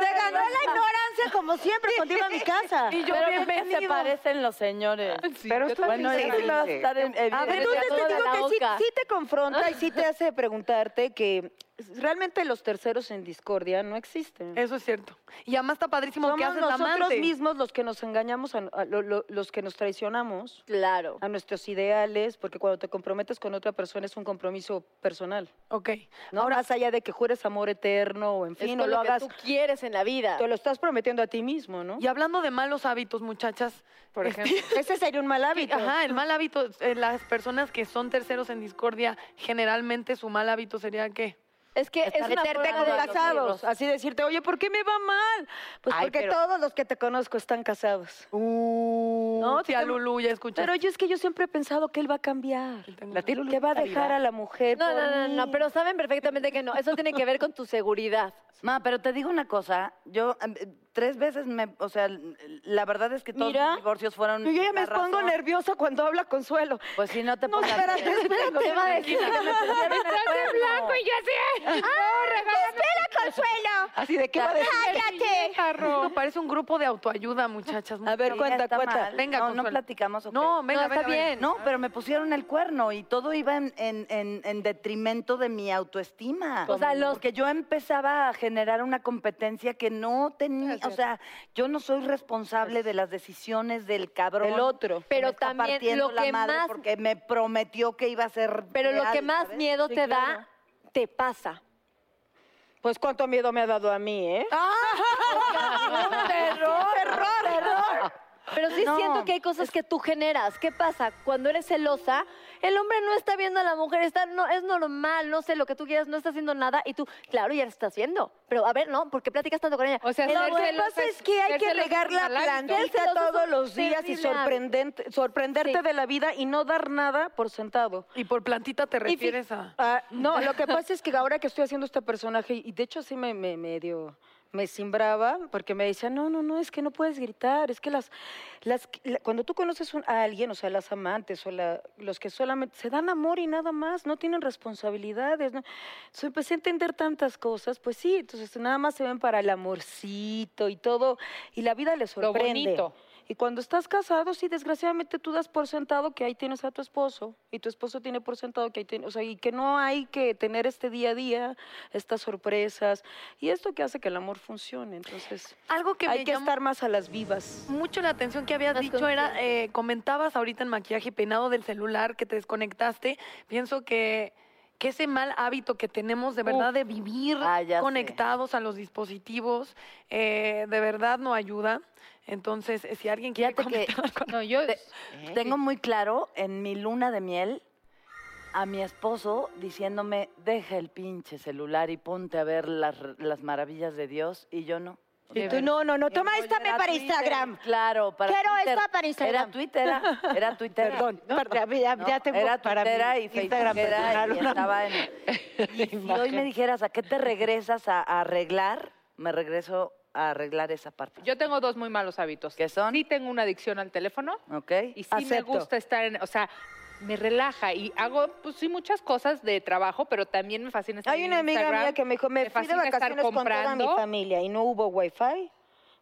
Speaker 8: se ganó la ignorancia como siempre cuando iba a mi casa.
Speaker 6: Y yo Pero bienvenido. se parecen los señores.
Speaker 5: Pero esto
Speaker 6: bueno,
Speaker 5: es
Speaker 6: eso sí va a estar en
Speaker 8: A ver, entonces
Speaker 4: todo
Speaker 8: te
Speaker 4: de
Speaker 8: digo
Speaker 4: <laughs> la
Speaker 8: que sí,
Speaker 4: boca.
Speaker 8: sí te confronta y sí te hace preguntarte que realmente los terceros en discordia no existen.
Speaker 3: Eso es cierto. Y además está padrísimo
Speaker 8: Somos
Speaker 3: que haces la
Speaker 8: nosotros
Speaker 3: amante.
Speaker 8: mismos los que nos engañamos, a- a lo- lo- los que nos traicionamos.
Speaker 4: Claro.
Speaker 8: A nuestros ideales, porque cuando te comprometes con otra persona es un compromiso personal.
Speaker 3: Ok.
Speaker 8: No más allá de que jures amor eterno o en fin,
Speaker 4: es
Speaker 8: no
Speaker 4: con
Speaker 8: lo,
Speaker 4: lo, que
Speaker 8: hagas.
Speaker 4: tú quieres en la vida.
Speaker 8: Te lo estás prometiendo a ti mismo, ¿no?
Speaker 3: Y hablando de malos hábitos, muchachas,
Speaker 5: Por
Speaker 3: este,
Speaker 5: ejemplo.
Speaker 8: Ese sería un mal hábito.
Speaker 3: <laughs> Ajá, el mal hábito, eh, las personas que son terceros en discordia, generalmente su mal hábito sería qué?
Speaker 4: Es que es una
Speaker 8: meterte con
Speaker 4: forma de
Speaker 8: casados,
Speaker 4: asumirlos.
Speaker 8: así decirte, oye, ¿por qué me va mal? Pues
Speaker 2: Ay,
Speaker 8: porque
Speaker 2: pero-
Speaker 8: todos los que te conozco están casados.
Speaker 3: no, tía
Speaker 8: te-
Speaker 3: Lulu, ya escuchaste.
Speaker 8: Pero yo es que yo siempre he pensado que él va a cambiar,
Speaker 3: La tía Lulu
Speaker 8: que va a
Speaker 3: está
Speaker 8: dejar
Speaker 3: viva.
Speaker 8: a la mujer.
Speaker 4: No,
Speaker 8: por
Speaker 4: no, no, no,
Speaker 8: mí.
Speaker 4: no, pero saben perfectamente que no. Eso tiene que ver con tu seguridad.
Speaker 7: Ma, pero te digo una cosa, yo eh, tres veces me, o sea, l- la verdad es que todos
Speaker 8: Mira,
Speaker 7: mis divorcios fueron
Speaker 8: Yo ya me
Speaker 7: la razón.
Speaker 8: pongo nerviosa cuando habla Consuelo.
Speaker 7: Pues si no te
Speaker 8: No,
Speaker 7: pongas
Speaker 8: espérate,
Speaker 7: nerviosa.
Speaker 8: espérate.
Speaker 4: Te va a decir que me pusieron en
Speaker 5: Estás en
Speaker 4: cuerno.
Speaker 5: blanco y yo así. ¡Ah,
Speaker 4: Consuelo!
Speaker 8: Así de qué va a decir.
Speaker 4: ¡Cállate!
Speaker 3: Esto parece un grupo de autoayuda, muchachas.
Speaker 8: A ver,
Speaker 7: Sí,
Speaker 8: cuenta,
Speaker 7: está
Speaker 8: cuenta.
Speaker 7: mal.
Speaker 3: Venga,
Speaker 7: no, no
Speaker 3: Consuelo.
Speaker 7: platicamos. ¿o qué?
Speaker 3: No, venga,
Speaker 4: No,
Speaker 3: venga,
Speaker 4: está
Speaker 3: venga.
Speaker 4: bien.
Speaker 7: No, pero me pusieron el cuerno y todo iba en, en- en- en detrimento de mi autoestima.
Speaker 4: O sea, los-
Speaker 7: Porque yo empezaba a generar una competencia que no tenía. O sea, yo no soy responsable de las decisiones del cabrón.
Speaker 8: El otro.
Speaker 7: que
Speaker 4: Pero
Speaker 7: me está
Speaker 4: también
Speaker 7: partiendo
Speaker 4: lo
Speaker 7: la
Speaker 4: que
Speaker 7: madre
Speaker 4: más-
Speaker 7: Porque me prometió que iba a ser.
Speaker 4: Pero lo
Speaker 7: real,
Speaker 4: que más
Speaker 7: ¿sabes?
Speaker 4: miedo
Speaker 8: Sí,
Speaker 4: te
Speaker 8: claro.
Speaker 4: da, te pasa.
Speaker 8: Pues cuánto miedo me ha dado a mí, ¿eh?
Speaker 4: ¡Terror! ¡Terror! ¡Terror! Pero sí
Speaker 7: No,
Speaker 4: siento que hay cosas que tú generas. ¿Qué pasa? Cuando eres celosa, el hombre no está viendo a la mujer, está, no, es normal, no sé lo que tú quieras, no está haciendo nada y tú, claro, ya lo estás viendo. Pero a ver, no, ¿por qué platicas tanto con ella?
Speaker 5: O sea,
Speaker 4: El
Speaker 5: ser
Speaker 4: hombre-
Speaker 5: celosa
Speaker 8: pasa pues, es que hay
Speaker 5: ser
Speaker 8: que
Speaker 5: celoso
Speaker 8: regar
Speaker 5: es
Speaker 8: la
Speaker 5: un mal hábito.
Speaker 4: Ser
Speaker 8: planta
Speaker 4: celoso
Speaker 8: todos
Speaker 4: es
Speaker 8: los días y
Speaker 4: terrible.
Speaker 8: sorprendente, sorprenderte
Speaker 4: Sí.
Speaker 8: de la vida y no dar nada por sentado.
Speaker 3: Y por plantita te refieres a.
Speaker 8: Ah, no, lo que pasa es que ahora que estoy haciendo este personaje, y de hecho sí me, me, medio me simbraba, porque me decía, no, no, no, es que no puedes gritar, es que las, las la- cuando tú conoces un- a alguien, o sea, las amantes o la- los que solamente se dan amor y nada más, no tienen responsabilidades, ¿no? Entonces empecé a entender tantas cosas, pues sí, entonces nada más se ven para el amorcito y todo, y la vida les
Speaker 5: Lo
Speaker 8: sorprende.
Speaker 5: bonito.
Speaker 8: Y cuando estás casado, sí, desgraciadamente tú das por sentado que ahí tienes a tu esposo y tu esposo tiene por sentado que ahí tienes, o sea, y que no hay que tener este día a día, estas sorpresas y esto que hace que el amor funcione. Entonces,
Speaker 3: Algo que
Speaker 8: hay
Speaker 3: me
Speaker 8: que
Speaker 3: llamó
Speaker 8: estar más a las vivas.
Speaker 3: mucho la atención que habías
Speaker 4: Más
Speaker 3: dicho era, eh, comentabas ahorita en maquillaje y peinado del celular que te desconectaste. Pienso que, que ese mal hábito que tenemos de verdad de vivir
Speaker 7: Ah, ya sé.
Speaker 3: conectados a los dispositivos, eh, de verdad no ayuda. Entonces, eh, si alguien quiere
Speaker 7: Fíjate que-
Speaker 3: comentar <laughs> con-
Speaker 5: No, yo.
Speaker 7: Te- Tengo muy claro en mi luna de miel a mi esposo diciéndome, deja el pinche celular y ponte a ver las, las maravillas de Dios y yo no.
Speaker 8: Y tú, no, no, no, toma
Speaker 7: Yo
Speaker 8: esta
Speaker 7: era
Speaker 8: para
Speaker 7: Twitter,
Speaker 8: Instagram.
Speaker 7: Claro, para
Speaker 8: Quiero
Speaker 7: Twitter.
Speaker 8: esta para Instagram.
Speaker 7: Era Twitter, era, era Twitter.
Speaker 8: Perdón, para- ya,
Speaker 7: No,
Speaker 8: ya tengo
Speaker 7: era
Speaker 8: para mí
Speaker 7: Twittera y
Speaker 8: Instagram
Speaker 7: Facebookera
Speaker 8: personal
Speaker 7: y
Speaker 8: una-
Speaker 7: estaba en-
Speaker 8: <laughs>
Speaker 7: y si hoy me dijeras, ¿a qué te regresas a, a arreglar? Me regreso a arreglar esa parte.
Speaker 5: Yo tengo dos muy malos hábitos.
Speaker 7: ¿Qué son?
Speaker 5: Sí tengo una adicción al teléfono
Speaker 7: ¿Ok?
Speaker 5: y sí me
Speaker 8: Acepto.
Speaker 5: gusta estar en, o sea, me relaja y hago, pues sí, muchas cosas de trabajo, pero también me fascina estar
Speaker 8: Hay
Speaker 5: en
Speaker 8: una amiga
Speaker 5: Instagram,
Speaker 8: mía que me dijo, me, fui de
Speaker 5: fascina estar
Speaker 8: vacaciones con toda mi
Speaker 5: comprando".
Speaker 8: familia y no hubo wifi.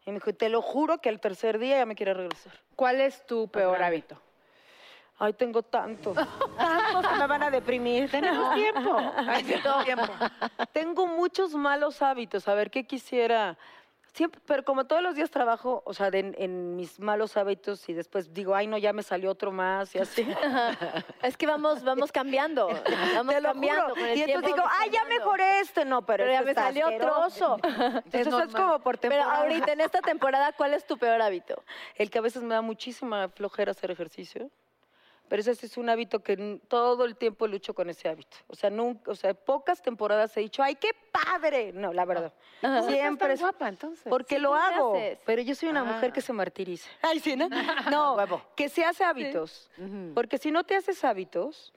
Speaker 8: Y me dijo, te lo juro que al tercer día ya me quiero regresar.
Speaker 5: ¿Cuál es tu peor
Speaker 8: grande.
Speaker 5: hábito?
Speaker 8: Ay, tengo tanto. Tantos que me van a deprimir. Tenemos tiempo.
Speaker 3: Ay, sí, todo el tiempo.
Speaker 8: Tengo muchos malos hábitos. A ver, ¿qué quisiera? Siempre, pero como todos los días trabajo, o sea, de- en, en mis malos hábitos y después digo, ay, no, ya me salió otro más y así.
Speaker 4: Es que vamos, vamos cambiando. Vamos
Speaker 8: Te lo
Speaker 4: cambiando.
Speaker 8: juro.
Speaker 4: con el
Speaker 8: Y entonces
Speaker 4: tiempo
Speaker 8: digo,
Speaker 4: vamos
Speaker 8: ay, ya
Speaker 4: cambiando".
Speaker 8: mejoré este. No, pero,
Speaker 4: Pero ya
Speaker 8: este
Speaker 4: me
Speaker 8: está
Speaker 4: salió otro
Speaker 8: asqueroso.
Speaker 4: oso.
Speaker 8: Entonces <laughs> es,
Speaker 3: normal.
Speaker 8: como por
Speaker 4: Pero
Speaker 8: temporada.
Speaker 4: ahorita, en esta temporada, ¿cuál es tu peor hábito?
Speaker 8: El que a veces me da muchísima flojera hacer ejercicio. Pero ese sí es un hábito que n- todo el tiempo lucho con ese hábito. O sea, nunca, o sea, pocas temporadas he dicho, ¡ay, qué padre! No, la verdad. Siempre es
Speaker 5: guapa, entonces.
Speaker 8: porque
Speaker 4: Ah. Sí,
Speaker 8: lo
Speaker 4: ¿cómo le
Speaker 8: hago.
Speaker 4: haces? Ah.
Speaker 8: Pero yo soy una mujer que se martiriza. Ay, sí,
Speaker 4: <laughs>
Speaker 8: ¿no? No, que se hace hábitos.
Speaker 6: Mm.
Speaker 8: Porque si no te haces hábitos,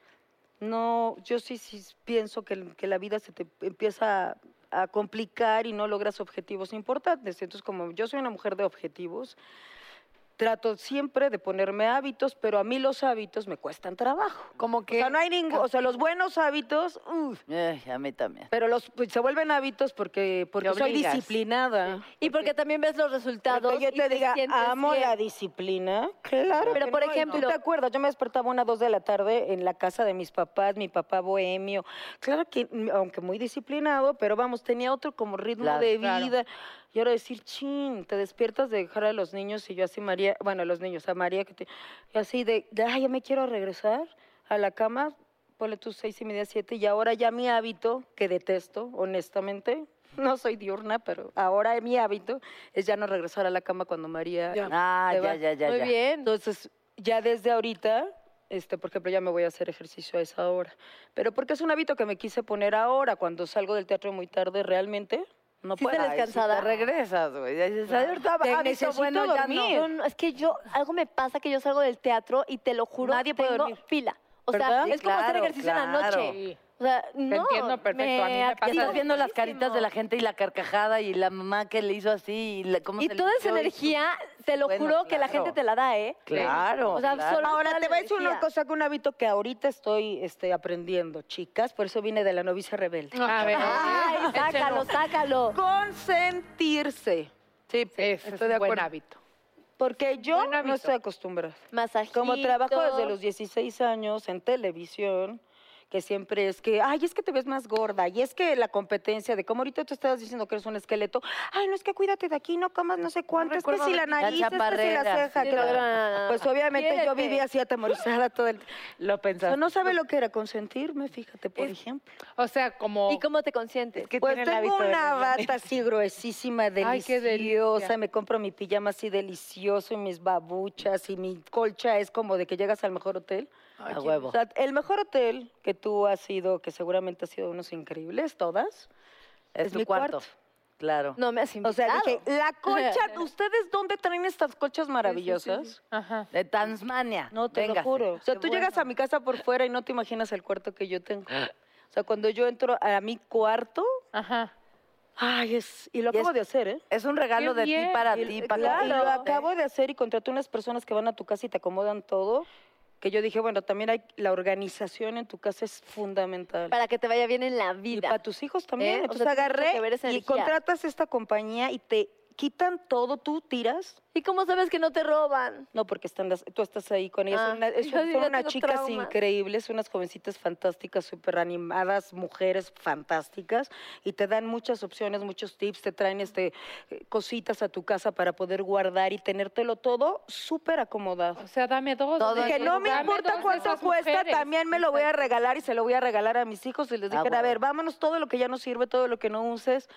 Speaker 8: no, yo sí, sí pienso que, el- que la vida se te empieza a, a complicar y no logras objetivos importantes. Entonces, como yo soy una mujer de objetivos, Trato siempre de ponerme hábitos, pero a mí los hábitos me cuestan trabajo.
Speaker 3: Como que...
Speaker 8: O sea, no hay ningún... O sea, los buenos hábitos... uf,
Speaker 6: Ay, Ah. Eh, a mí también.
Speaker 8: pero los pues, se vuelven hábitos porque, porque soy
Speaker 5: obligas.
Speaker 8: disciplinada.
Speaker 4: Y porque también ves los resultados.
Speaker 8: Que yo
Speaker 4: y
Speaker 8: te diga,
Speaker 4: sientes
Speaker 8: amo
Speaker 4: bien.
Speaker 8: la disciplina. Claro.
Speaker 4: Pero,
Speaker 8: que
Speaker 4: por
Speaker 8: no, y ¿Tú
Speaker 4: ejemplo-
Speaker 8: te acuerdas? Yo me despertaba una dos de la tarde en la casa de mis papás, mi papá bohemio. Claro que, mm, aunque muy disciplinado, pero vamos, tenía otro como ritmo
Speaker 6: Claro,
Speaker 8: de
Speaker 6: claro.
Speaker 8: vida. Y ahora decir, chin, te despiertas de dejar a los niños y yo así, María, bueno, a los niños, a María, que te, y así de, de, ay, ya me quiero regresar a la cama, ponle tus seis y media, siete, y ahora ya mi hábito, que detesto, honestamente, <laughs> no soy diurna, pero ahora mi hábito es ya no regresar a la cama cuando María...
Speaker 3: Ya.
Speaker 6: Ah,
Speaker 8: se
Speaker 6: ya,
Speaker 8: va.
Speaker 6: ya, ya.
Speaker 4: Muy
Speaker 6: ya.
Speaker 4: bien.
Speaker 8: Entonces, ya desde ahorita, este, por ejemplo, ya me voy a hacer ejercicio a esa hora. Pero porque es un hábito que me quise poner ahora, cuando salgo del teatro muy tarde, realmente no
Speaker 4: Sí
Speaker 8: puedo.
Speaker 4: sales
Speaker 6: Ay,
Speaker 4: cansada.
Speaker 6: Si te regresas, güey. Ya dices, "Ay, ahorita
Speaker 8: Te
Speaker 6: hábito
Speaker 8: necesito
Speaker 6: bueno, ya no".
Speaker 8: dormir.
Speaker 4: No, no, es que yo, algo me pasa que yo salgo del teatro y te lo juro,
Speaker 8: Nadie puede
Speaker 4: tengo
Speaker 8: dormir.
Speaker 4: pila. O sea,
Speaker 8: ¿Verdad?
Speaker 4: es como hacer
Speaker 6: Claro,
Speaker 4: ejercicio en la
Speaker 6: claro.
Speaker 4: noche. O sea, no.
Speaker 5: entiendo perfecto, a mí me
Speaker 4: activa
Speaker 5: pasa
Speaker 6: Estás viendo las
Speaker 4: muchísimo.
Speaker 6: caritas de la gente y la carcajada y la mamá que le hizo así y la- cómo
Speaker 4: Y
Speaker 6: se
Speaker 4: toda esa
Speaker 6: limpió y su-
Speaker 4: energía, te lo
Speaker 6: Bueno,
Speaker 4: juro que la
Speaker 6: claro.
Speaker 4: gente te la da, ¿eh?
Speaker 6: Claro.
Speaker 4: O sea,
Speaker 6: claro.
Speaker 4: solo-
Speaker 8: Ahora te voy a decir
Speaker 4: energía.
Speaker 8: una cosa que un hábito que ahorita estoy este, aprendiendo, chicas, por eso vine de la novicia rebelde.
Speaker 5: A ver.
Speaker 4: Ay, sácalo, sácalo.
Speaker 8: Consentirse. Sí,
Speaker 5: ese es
Speaker 8: estoy de
Speaker 5: un buen
Speaker 8: acuerdo.
Speaker 5: hábito.
Speaker 8: Porque yo
Speaker 5: Buen hábito.
Speaker 8: no estoy acostumbrada.
Speaker 4: Masajito.
Speaker 8: Como trabajo desde los 16 años en televisión, que siempre es que, ay, es que te ves más gorda, y es que la competencia de cómo ahorita tú estabas diciendo que eres un esqueleto, ay, no es que cuídate de aquí, no comas no sé cuánto, es que si
Speaker 6: recuerdo de
Speaker 8: la
Speaker 6: ti. La
Speaker 8: nariz, es que si la
Speaker 6: chaparrera,
Speaker 8: ceja.
Speaker 4: sí,
Speaker 8: que la-
Speaker 4: no, no, no, no.
Speaker 8: <laughs> Pues obviamente yo
Speaker 4: Quiérete.
Speaker 8: vivía así atemorizada todo el...
Speaker 6: Lo
Speaker 8: O sea,
Speaker 6: pensaste.
Speaker 8: no sabe lo que era consentirme, fíjate, por ejemplo.
Speaker 5: O sea, como...
Speaker 4: ¿Y cómo te consientes?
Speaker 8: Pues tengo una bata así gruesísima,
Speaker 5: Ay, qué
Speaker 8: deliciosa.
Speaker 5: delicia.
Speaker 8: me compro mi pijama así delicioso y mis babuchas y mi colcha es como de que llegas al mejor hotel.
Speaker 6: A huevo.
Speaker 8: O sea, el mejor hotel que tú has ido, que seguramente ha sido unos increíbles, todas.
Speaker 6: es,
Speaker 8: es
Speaker 6: tu
Speaker 8: mi
Speaker 6: cuarto.
Speaker 8: cuarto.
Speaker 6: Claro.
Speaker 4: No me has
Speaker 8: O
Speaker 4: invitado.
Speaker 8: sea, dije, la colcha, ¿ustedes dónde traen estas colchas maravillosas?
Speaker 5: Ajá.
Speaker 6: De Tasmania.
Speaker 8: No, te
Speaker 6: Véngase.
Speaker 8: lo juro. O sea,
Speaker 6: Qué
Speaker 8: tú llegas
Speaker 6: bueno.
Speaker 8: a mi casa por fuera y no te imaginas el cuarto que yo tengo. O sea, cuando yo entro a mi cuarto,
Speaker 5: Ajá.
Speaker 8: ay, es... Y lo
Speaker 6: Y es-
Speaker 8: acabo de hacer, ¿eh?
Speaker 6: Es un regalo
Speaker 5: Qué
Speaker 6: de ti
Speaker 5: bien.
Speaker 6: para
Speaker 8: Y-
Speaker 6: ti,
Speaker 8: y-
Speaker 6: para
Speaker 8: claro,
Speaker 6: ti.
Speaker 8: y lo acabo de hacer y contraté unas personas que van a tu casa y te acomodan todo. Que yo dije, bueno, también hay la organización en tu casa es fundamental.
Speaker 4: Para que te vaya bien en la
Speaker 8: y
Speaker 4: vida.
Speaker 8: para tus hijos también.
Speaker 4: ¿Eh? O
Speaker 8: Entonces
Speaker 4: sea, tiene mucho que ver
Speaker 8: agarré
Speaker 4: esa
Speaker 8: y
Speaker 4: energía.
Speaker 8: contratas esta compañía y te quitan todo, tú tiras.
Speaker 4: ¿Y cómo sabes que no te roban?
Speaker 8: No, porque están las- tú estás ahí con ellas.
Speaker 4: Ah,
Speaker 8: son una- es-
Speaker 4: yo
Speaker 8: son
Speaker 4: ya
Speaker 8: unas
Speaker 4: tengo
Speaker 8: chicas
Speaker 4: traumas.
Speaker 8: increíbles, unas jovencitas fantásticas, súper animadas, mujeres fantásticas, y te dan muchas opciones, muchos tips, te traen este, eh, cositas a tu casa para poder guardar y tenértelo todo súper acomodado.
Speaker 5: O sea, dame dos.
Speaker 6: Todo
Speaker 8: Que
Speaker 6: eso.
Speaker 8: no me
Speaker 5: Dame
Speaker 8: importa
Speaker 5: dos de
Speaker 8: cuánto
Speaker 5: esas
Speaker 8: cuesta,
Speaker 5: mujeres.
Speaker 8: también me lo voy a regalar y se lo voy a regalar a mis hijos. Y les
Speaker 6: Ah,
Speaker 8: dije, a
Speaker 6: bueno.
Speaker 8: ver, vámonos todo lo que ya no sirve, todo lo que no uses.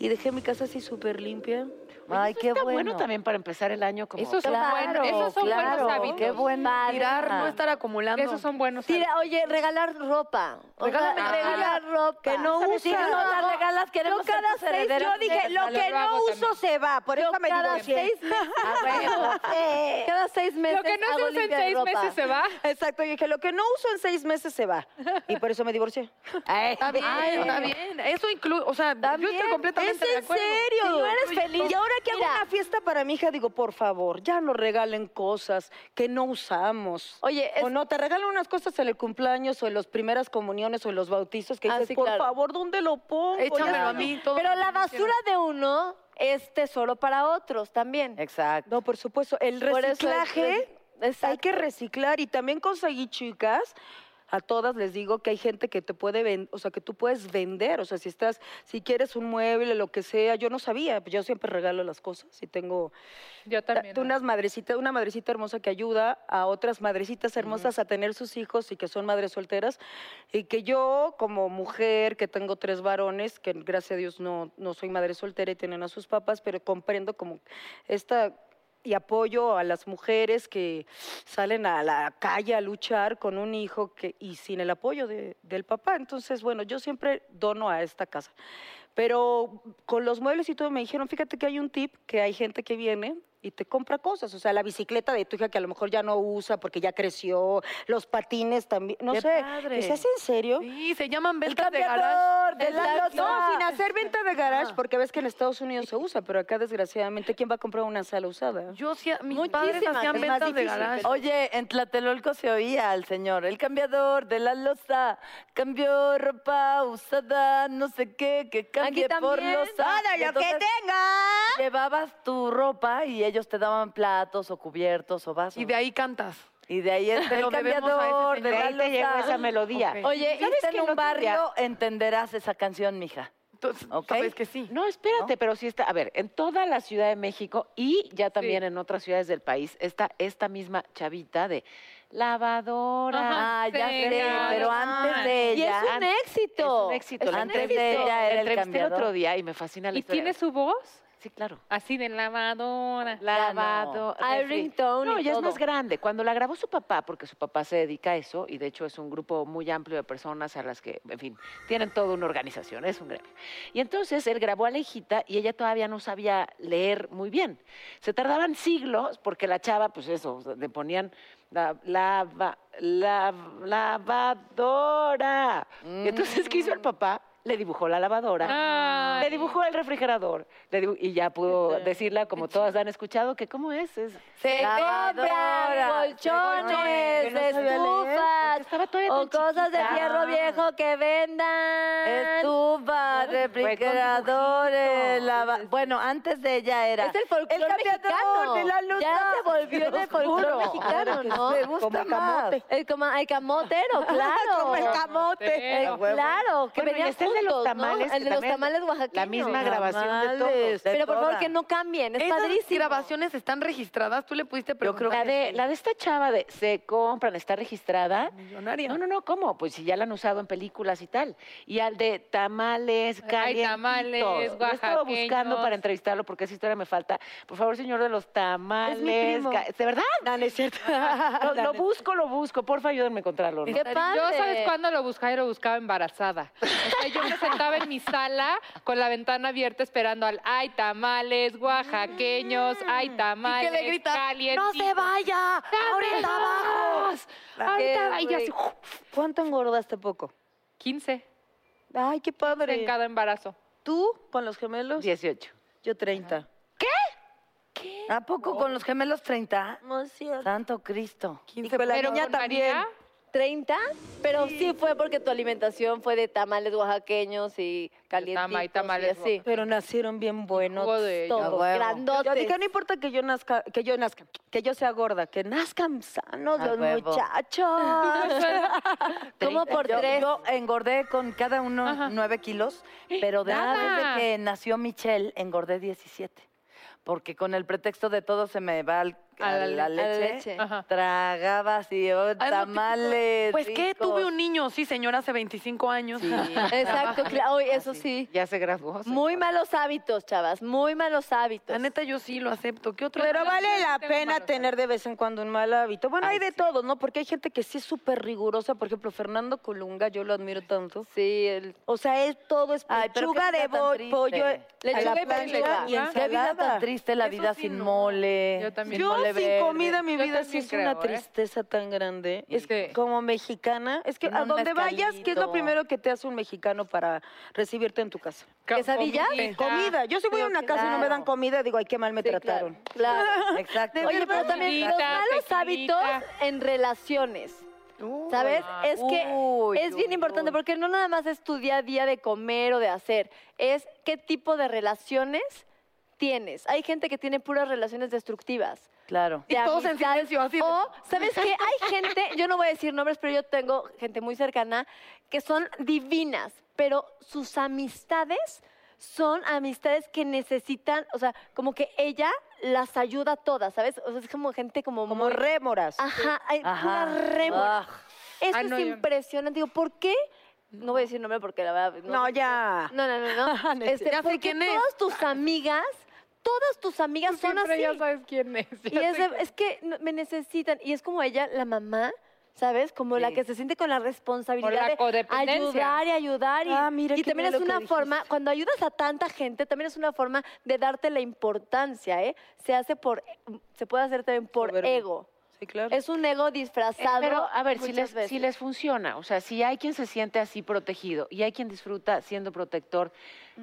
Speaker 8: Y dejé mi casa así súper limpia.
Speaker 6: Ay, qué
Speaker 2: Está
Speaker 6: bueno.
Speaker 2: bueno también para empezar el año como...
Speaker 5: Esos son
Speaker 6: Claro,
Speaker 5: buenos, esos son
Speaker 6: claro,
Speaker 5: buenos hábitos.
Speaker 6: Qué bueno.
Speaker 3: Tirar, no estar acumulando.
Speaker 5: Esos son buenos hábitos.
Speaker 4: Tira, oye, regalar ropa. O sea,
Speaker 3: Regálame
Speaker 4: regalar ropa.
Speaker 8: que no
Speaker 4: ¿Sabes
Speaker 8: usas.
Speaker 4: qué?
Speaker 8: No,
Speaker 4: hago.
Speaker 6: las regalas, queremos
Speaker 4: Yo
Speaker 6: ser
Speaker 4: cada
Speaker 6: tus
Speaker 4: seis,
Speaker 6: herederas.
Speaker 4: yo dije,
Speaker 5: lo que no uso
Speaker 8: se va, por
Speaker 4: Yo cada <laughs> seis meses. Ah, <laughs> Cada seis meses.
Speaker 5: Lo que no se
Speaker 4: hago
Speaker 5: usa en
Speaker 4: limpia de
Speaker 5: seis
Speaker 4: ropa.
Speaker 5: meses se va.
Speaker 8: <laughs> Exacto, yo dije, lo que no uso en seis meses se va. Y por eso me
Speaker 4: <laughs>
Speaker 8: divorcié.
Speaker 3: Está bien, está bien. Eso incluye, o sea, yo estoy completamente de acuerdo.
Speaker 4: Si no eres feliz,
Speaker 8: Y ahora que hago
Speaker 4: mira.
Speaker 8: una fiesta para mi hija, digo, por favor, ya no regalen cosas que no usamos.
Speaker 4: Oye,
Speaker 8: O
Speaker 4: es-
Speaker 8: no, te regalan unas cosas en el cumpleaños o en las primeras comuniones o en los bautizos que
Speaker 4: Ah,
Speaker 8: dices,
Speaker 4: sí,
Speaker 8: por
Speaker 4: claro.
Speaker 8: favor, ¿dónde lo pongo?
Speaker 3: Échamelo
Speaker 8: Ya
Speaker 3: a mí. Todo
Speaker 4: pero
Speaker 3: lo que
Speaker 4: la
Speaker 3: tú
Speaker 4: basura
Speaker 3: quieras.
Speaker 4: de uno es tesoro para otros también.
Speaker 6: Exacto.
Speaker 8: No, por supuesto. El
Speaker 4: Por eso es
Speaker 8: reciclaje,
Speaker 4: re-
Speaker 8: hay que
Speaker 4: Exacto.
Speaker 8: reciclar. Y también conseguí, chicas, a todas les digo que hay gente que te puede vender, o sea, que tú puedes vender. O sea, si estás, si quieres un mueble, lo que sea. Yo no sabía, pues, yo siempre regalo las cosas y tengo
Speaker 5: Yo también.
Speaker 8: ta- unas madrecitas, una madrecita hermosa que ayuda a otras madrecitas hermosas a tener sus hijos y que son madres solteras. Y que yo, como mujer, que tengo tres varones, que gracias a Dios no, no soy madre soltera y tienen a sus papás, pero comprendo como esta y apoyo a las mujeres que salen a la calle a luchar con un hijo que, y sin el apoyo de- del papá. Entonces, bueno, yo siempre dono a esta casa. Pero con los muebles y todo me dijeron, fíjate que hay un tip, que hay gente que viene y y te compra cosas. O sea, la bicicleta de tu hija que a lo mejor ya no usa porque ya creció, los patines también. No
Speaker 3: ¡Qué
Speaker 8: sé.
Speaker 3: padre!
Speaker 8: ¿Es en serio?
Speaker 3: Sí, se llaman
Speaker 8: El
Speaker 3: ventas de
Speaker 8: cambiador
Speaker 3: garage.
Speaker 8: de la No, sin hacer venta de garage,
Speaker 3: Ah.
Speaker 8: porque ves que en Estados Unidos se usa, pero acá desgraciadamente, ¿quién va a comprar una sala usada?
Speaker 3: Yo sí, mis padres
Speaker 6: Muchísimas.
Speaker 3: hacían
Speaker 6: es más
Speaker 3: ventas de
Speaker 6: difícil,
Speaker 3: garage.
Speaker 6: pero- Oye, en Tlatelolco se oía al señor, el cambiador de la losa, cambió ropa usada, no sé qué, que cambie
Speaker 4: Aquí
Speaker 6: por
Speaker 4: también.
Speaker 6: losa. Y entonces
Speaker 8: tenga!
Speaker 6: Llevabas tu ropa y ellos te daban platos o cubiertos o vasos.
Speaker 3: Y de ahí cantas.
Speaker 6: Y de ahí está
Speaker 3: Se
Speaker 6: el
Speaker 3: lo debemos a ese
Speaker 6: cambiador de
Speaker 3: señor.
Speaker 6: la
Speaker 3: Ahí te llegó
Speaker 6: loza.
Speaker 3: esa melodía. Ok.
Speaker 6: Oye, y
Speaker 7: ¿Sabes
Speaker 6: está
Speaker 7: que
Speaker 6: en
Speaker 7: el
Speaker 6: un
Speaker 7: otro
Speaker 6: barrio
Speaker 7: día-
Speaker 6: entenderás esa canción, mija.
Speaker 3: Tú
Speaker 6: Ok.
Speaker 3: sabes que sí.
Speaker 2: No, espérate, pero sí está, a ver, en toda la Ciudad de México y ya también en otras ciudades del país está esta misma chavita de lavadora.
Speaker 6: Ah, ya sé,
Speaker 2: claro.
Speaker 6: pero antes de
Speaker 4: Y
Speaker 6: ella.
Speaker 4: es un éxito.
Speaker 2: Es un éxito.
Speaker 4: Es
Speaker 2: la
Speaker 4: un
Speaker 6: Antes
Speaker 4: éxito.
Speaker 6: de ella
Speaker 2: La
Speaker 6: era el
Speaker 2: entrevisté el
Speaker 6: cambiador.
Speaker 2: otro día y me fascina la
Speaker 5: ¿Y
Speaker 2: historia.
Speaker 5: tiene su voz?
Speaker 2: Sí, claro.
Speaker 5: Así de lavadora.
Speaker 6: Ya no.
Speaker 2: Lavado.
Speaker 4: Hay
Speaker 2: refri.
Speaker 4: ringtone
Speaker 2: No,
Speaker 4: y
Speaker 2: ya es
Speaker 4: todo.
Speaker 2: más grande. Cuando la grabó su papá, porque su papá se dedica a eso, y de hecho es un grupo muy amplio de personas a las que, en fin, tienen toda una organización, es un gremio. Y entonces él grabó a la hijita y ella todavía no sabía leer muy bien. Se tardaban siglos porque la chava, pues eso, o sea, le ponían la, lava- la- lavadora. Y entonces, ¿qué hizo
Speaker 4: Mm.
Speaker 2: el papá? Le dibujó la lavadora.
Speaker 5: Ay.
Speaker 2: Le dibujó el refrigerador. Le dibu- y ya pudo decirla, como todas han escuchado, que cómo es. es
Speaker 4: Se compran
Speaker 6: Lavadora,
Speaker 4: colchones,
Speaker 6: colchones, que no sabía leer,
Speaker 4: estufas
Speaker 2: estaba todavía
Speaker 4: o
Speaker 2: tan
Speaker 4: cosas de
Speaker 2: chiquita.
Speaker 4: fierro viejo que vendan.
Speaker 6: Estufa, refrigeradores, lava- Bueno, antes de ella era.
Speaker 4: Es el folclor mexicano.
Speaker 6: cambiador de la luz.
Speaker 4: Ya se volvió de folclor
Speaker 6: juro.
Speaker 4: mexicano, ¿no?
Speaker 6: Me gusta
Speaker 4: Como
Speaker 6: más.
Speaker 4: camote. El, cama- el camotero, claro.
Speaker 6: <laughs> Como el camote.
Speaker 4: Eh,
Speaker 6: A huevo.
Speaker 4: claro, que
Speaker 2: Bueno, y
Speaker 4: venían
Speaker 2: está el de los
Speaker 4: juntos, ¿no?
Speaker 2: tamales,
Speaker 4: El de
Speaker 2: que
Speaker 4: los
Speaker 2: también
Speaker 4: tamales oaxaqueños.
Speaker 2: la misma grabación de todo.
Speaker 6: Tamales, de
Speaker 4: Pero por favor
Speaker 6: toda.
Speaker 4: que no cambien, es
Speaker 3: Esas
Speaker 4: padrísimo.
Speaker 3: grabaciones están registradas, tú le pudiste
Speaker 2: Yo
Speaker 3: preguntar.
Speaker 2: creo la de, la de esta chava de se compran, está registrada.
Speaker 3: Millonaria.
Speaker 2: No, no, no, ¿cómo? Pues si ya la han usado en películas y tal. Y al de tamales,
Speaker 5: Ay,
Speaker 2: calientitos.
Speaker 5: tamales,
Speaker 2: Yo estaba buscando
Speaker 5: oaxaqueños.
Speaker 2: para entrevistarlo porque esa historia me falta. Por favor, señor de los tamales.
Speaker 6: primo.
Speaker 2: ca- ¿De verdad?
Speaker 3: <laughs>
Speaker 2: Lo, lo busco, lo busco. Porfa, ayúdenme a encontrarlo. ¿no?
Speaker 4: Qué padre.
Speaker 5: Yo, ¿sabes cuándo lo buscaba? Y lo buscaba embarazada. O sea, yo me sentaba en mi sala con la ventana abierta esperando al ay tamales, oaxaqueños, ay tamales,
Speaker 3: le gritas,
Speaker 5: calientitos". ¡No se vaya! ¡Ahorita abajo! ¡Ahorita va-". Y yo así, ¡uf!
Speaker 8: ¿Cuánto engordaste poco?
Speaker 5: 15
Speaker 8: Ay, qué
Speaker 5: en
Speaker 8: padre.
Speaker 5: cada embarazo.
Speaker 8: ¿Tú con los gemelos?
Speaker 2: 18.
Speaker 8: Yo 30.
Speaker 6: ¿A poco con los gemelos 30? Santo Cristo.
Speaker 8: Y con la
Speaker 5: Pero
Speaker 8: niña
Speaker 5: con María,
Speaker 8: también.
Speaker 4: 30, pero sí. fue porque tu alimentación fue de tamales oaxaqueños y calientitos
Speaker 5: y tamales
Speaker 4: y así.
Speaker 8: Pero nacieron bien buenos.
Speaker 5: Jugo de-
Speaker 4: Todos,
Speaker 6: A huevo.
Speaker 8: Yo
Speaker 4: grandotes.
Speaker 8: dije, no importa que yo nazca, que yo nazca, que yo sea gorda, que nazcan sanos
Speaker 6: A
Speaker 8: los
Speaker 6: Ah, huevo. <laughs>
Speaker 8: muchachos.
Speaker 4: Como por
Speaker 6: Yo-
Speaker 4: tres.
Speaker 6: Yo engordé con cada uno
Speaker 5: Ajá.
Speaker 6: 9 kilos, pero de
Speaker 5: Nada.
Speaker 6: nada. desde que nació Michelle engordé 17. Porque con el pretexto de todo se me va al-
Speaker 5: A
Speaker 6: a,
Speaker 5: la
Speaker 6: la,
Speaker 5: le-
Speaker 4: a la
Speaker 6: leche.
Speaker 4: leche.
Speaker 5: Ajá.
Speaker 6: Tragaba así, oh, tamales.
Speaker 3: Pues que
Speaker 6: ricos.
Speaker 3: tuve un niño, sí, señora, hace 25 años.
Speaker 8: <laughs>
Speaker 4: Exacto, claro, oye,
Speaker 6: Ah,
Speaker 4: eso sí.
Speaker 2: Ya se grabó. se-
Speaker 4: Muy malos hábitos, chavas, muy malos hábitos.
Speaker 3: <laughs> La neta, yo sí lo acepto. ¿Qué otro?
Speaker 8: Pero vale la
Speaker 5: tengo
Speaker 8: pena
Speaker 5: malos
Speaker 8: tener de vez en cuando un mal hábito. Bueno,
Speaker 2: Ay,
Speaker 8: hay de todo, ¿no? Porque hay gente que sí es súper rigurosa. Por ejemplo, Fernando Colunga, yo lo admiro tanto.
Speaker 4: Sí, el...
Speaker 8: O sea, él todo es
Speaker 6: Ay, pero
Speaker 8: pechuga
Speaker 6: qué
Speaker 8: de
Speaker 6: vida tan
Speaker 8: bo-
Speaker 6: triste.
Speaker 8: pollo. a
Speaker 4: Lechuga
Speaker 8: la
Speaker 4: y
Speaker 8: plancha
Speaker 4: pechuga.
Speaker 8: Y
Speaker 5: Ajá.
Speaker 6: Qué vida tan
Speaker 8: ensalada.
Speaker 6: triste, la vida
Speaker 3: sí,
Speaker 6: sin
Speaker 3: no.
Speaker 6: mole.
Speaker 5: Yo también.
Speaker 6: sin
Speaker 8: Yo
Speaker 6: mole
Speaker 8: sin
Speaker 6: verde.
Speaker 8: comida mi
Speaker 5: Yo
Speaker 8: vida sí
Speaker 5: también
Speaker 8: es
Speaker 5: creo,
Speaker 8: una
Speaker 5: ¿eh?
Speaker 8: tristeza tan grande. Es
Speaker 5: Sí.
Speaker 8: como mexicana, es que
Speaker 6: Con
Speaker 8: a
Speaker 6: un
Speaker 8: donde vayas, ¿qué es lo
Speaker 6: mezcalito.
Speaker 8: primero que te hace un mexicano para recibirte en tu casa?
Speaker 4: ¿Quesadillas?
Speaker 5: Comidita.
Speaker 8: Comida. Yo si voy a
Speaker 6: Pero
Speaker 8: una casa y no me
Speaker 6: claro.
Speaker 8: dan comida, digo, ay, qué mal me
Speaker 4: Sí,
Speaker 8: trataron.
Speaker 4: claro,
Speaker 8: <laughs>
Speaker 4: claro.
Speaker 6: Exacto.
Speaker 8: De
Speaker 4: Oye, pero
Speaker 8: verdad.
Speaker 4: también los
Speaker 5: Tequilita,
Speaker 4: malos hábitos
Speaker 5: tequilita.
Speaker 4: en relaciones. ¿Sabes? es que
Speaker 8: Uh.
Speaker 6: Uy,
Speaker 4: es bien
Speaker 6: uy,
Speaker 4: importante
Speaker 6: uy.
Speaker 4: porque no nada más es tu día a día de comer o de hacer, es qué tipo de relaciones tienes. Hay gente que tiene puras relaciones destructivas.
Speaker 6: Claro.
Speaker 3: Y
Speaker 4: de
Speaker 3: todos en
Speaker 4: amistad.
Speaker 3: silencio, así.
Speaker 4: O, ¿sabes qué? Hay gente, yo no voy a decir nombres, pero yo tengo gente muy cercana que son divinas, pero sus amistades son amistades que necesitan, o sea, como que ella las ayuda a todas, ¿sabes? O sea, es como gente como,
Speaker 8: Como
Speaker 4: muy-
Speaker 8: rémoras.
Speaker 4: Ajá, hay
Speaker 6: Ajá.
Speaker 4: pura rémora.
Speaker 6: Ah.
Speaker 4: Eso
Speaker 5: Ah,
Speaker 4: es
Speaker 5: no, yo no.
Speaker 4: impresionante. Digo, ¿por qué? No voy a decir nombre porque la verdad...
Speaker 8: No, ya.
Speaker 4: No, no, no, no. Este,
Speaker 3: Ya sé
Speaker 4: porque
Speaker 3: quién es.
Speaker 4: todas tus amigas, todas tus amigas son
Speaker 5: Siempre
Speaker 4: así.
Speaker 5: ya sabes quién es.
Speaker 4: Y es, de- es que no- me necesitan. Y es como ella, la mamá, ¿sabes? Como la
Speaker 5: Sí.
Speaker 4: que se siente con la responsabilidad
Speaker 5: Por la
Speaker 4: de
Speaker 5: codependencia.
Speaker 4: ayudar y ayudar. Y,
Speaker 8: Ah, mira,
Speaker 4: y
Speaker 8: qué
Speaker 4: también
Speaker 8: bien
Speaker 4: es
Speaker 8: lo que
Speaker 4: una forma,
Speaker 8: dijiste.
Speaker 4: cuando ayudas a tanta gente, también es una forma de darte la importancia, ¿eh? Se hace por, se puede hacer también por
Speaker 8: Soberbia.
Speaker 4: ego.
Speaker 8: Sí, claro.
Speaker 4: Es un ego
Speaker 2: Eh,
Speaker 4: disfrazado.
Speaker 2: Pero a ver, si
Speaker 4: muchas
Speaker 2: les,
Speaker 4: veces.
Speaker 2: si les funciona, o sea, si hay quien se siente así protegido y hay quien disfruta siendo protector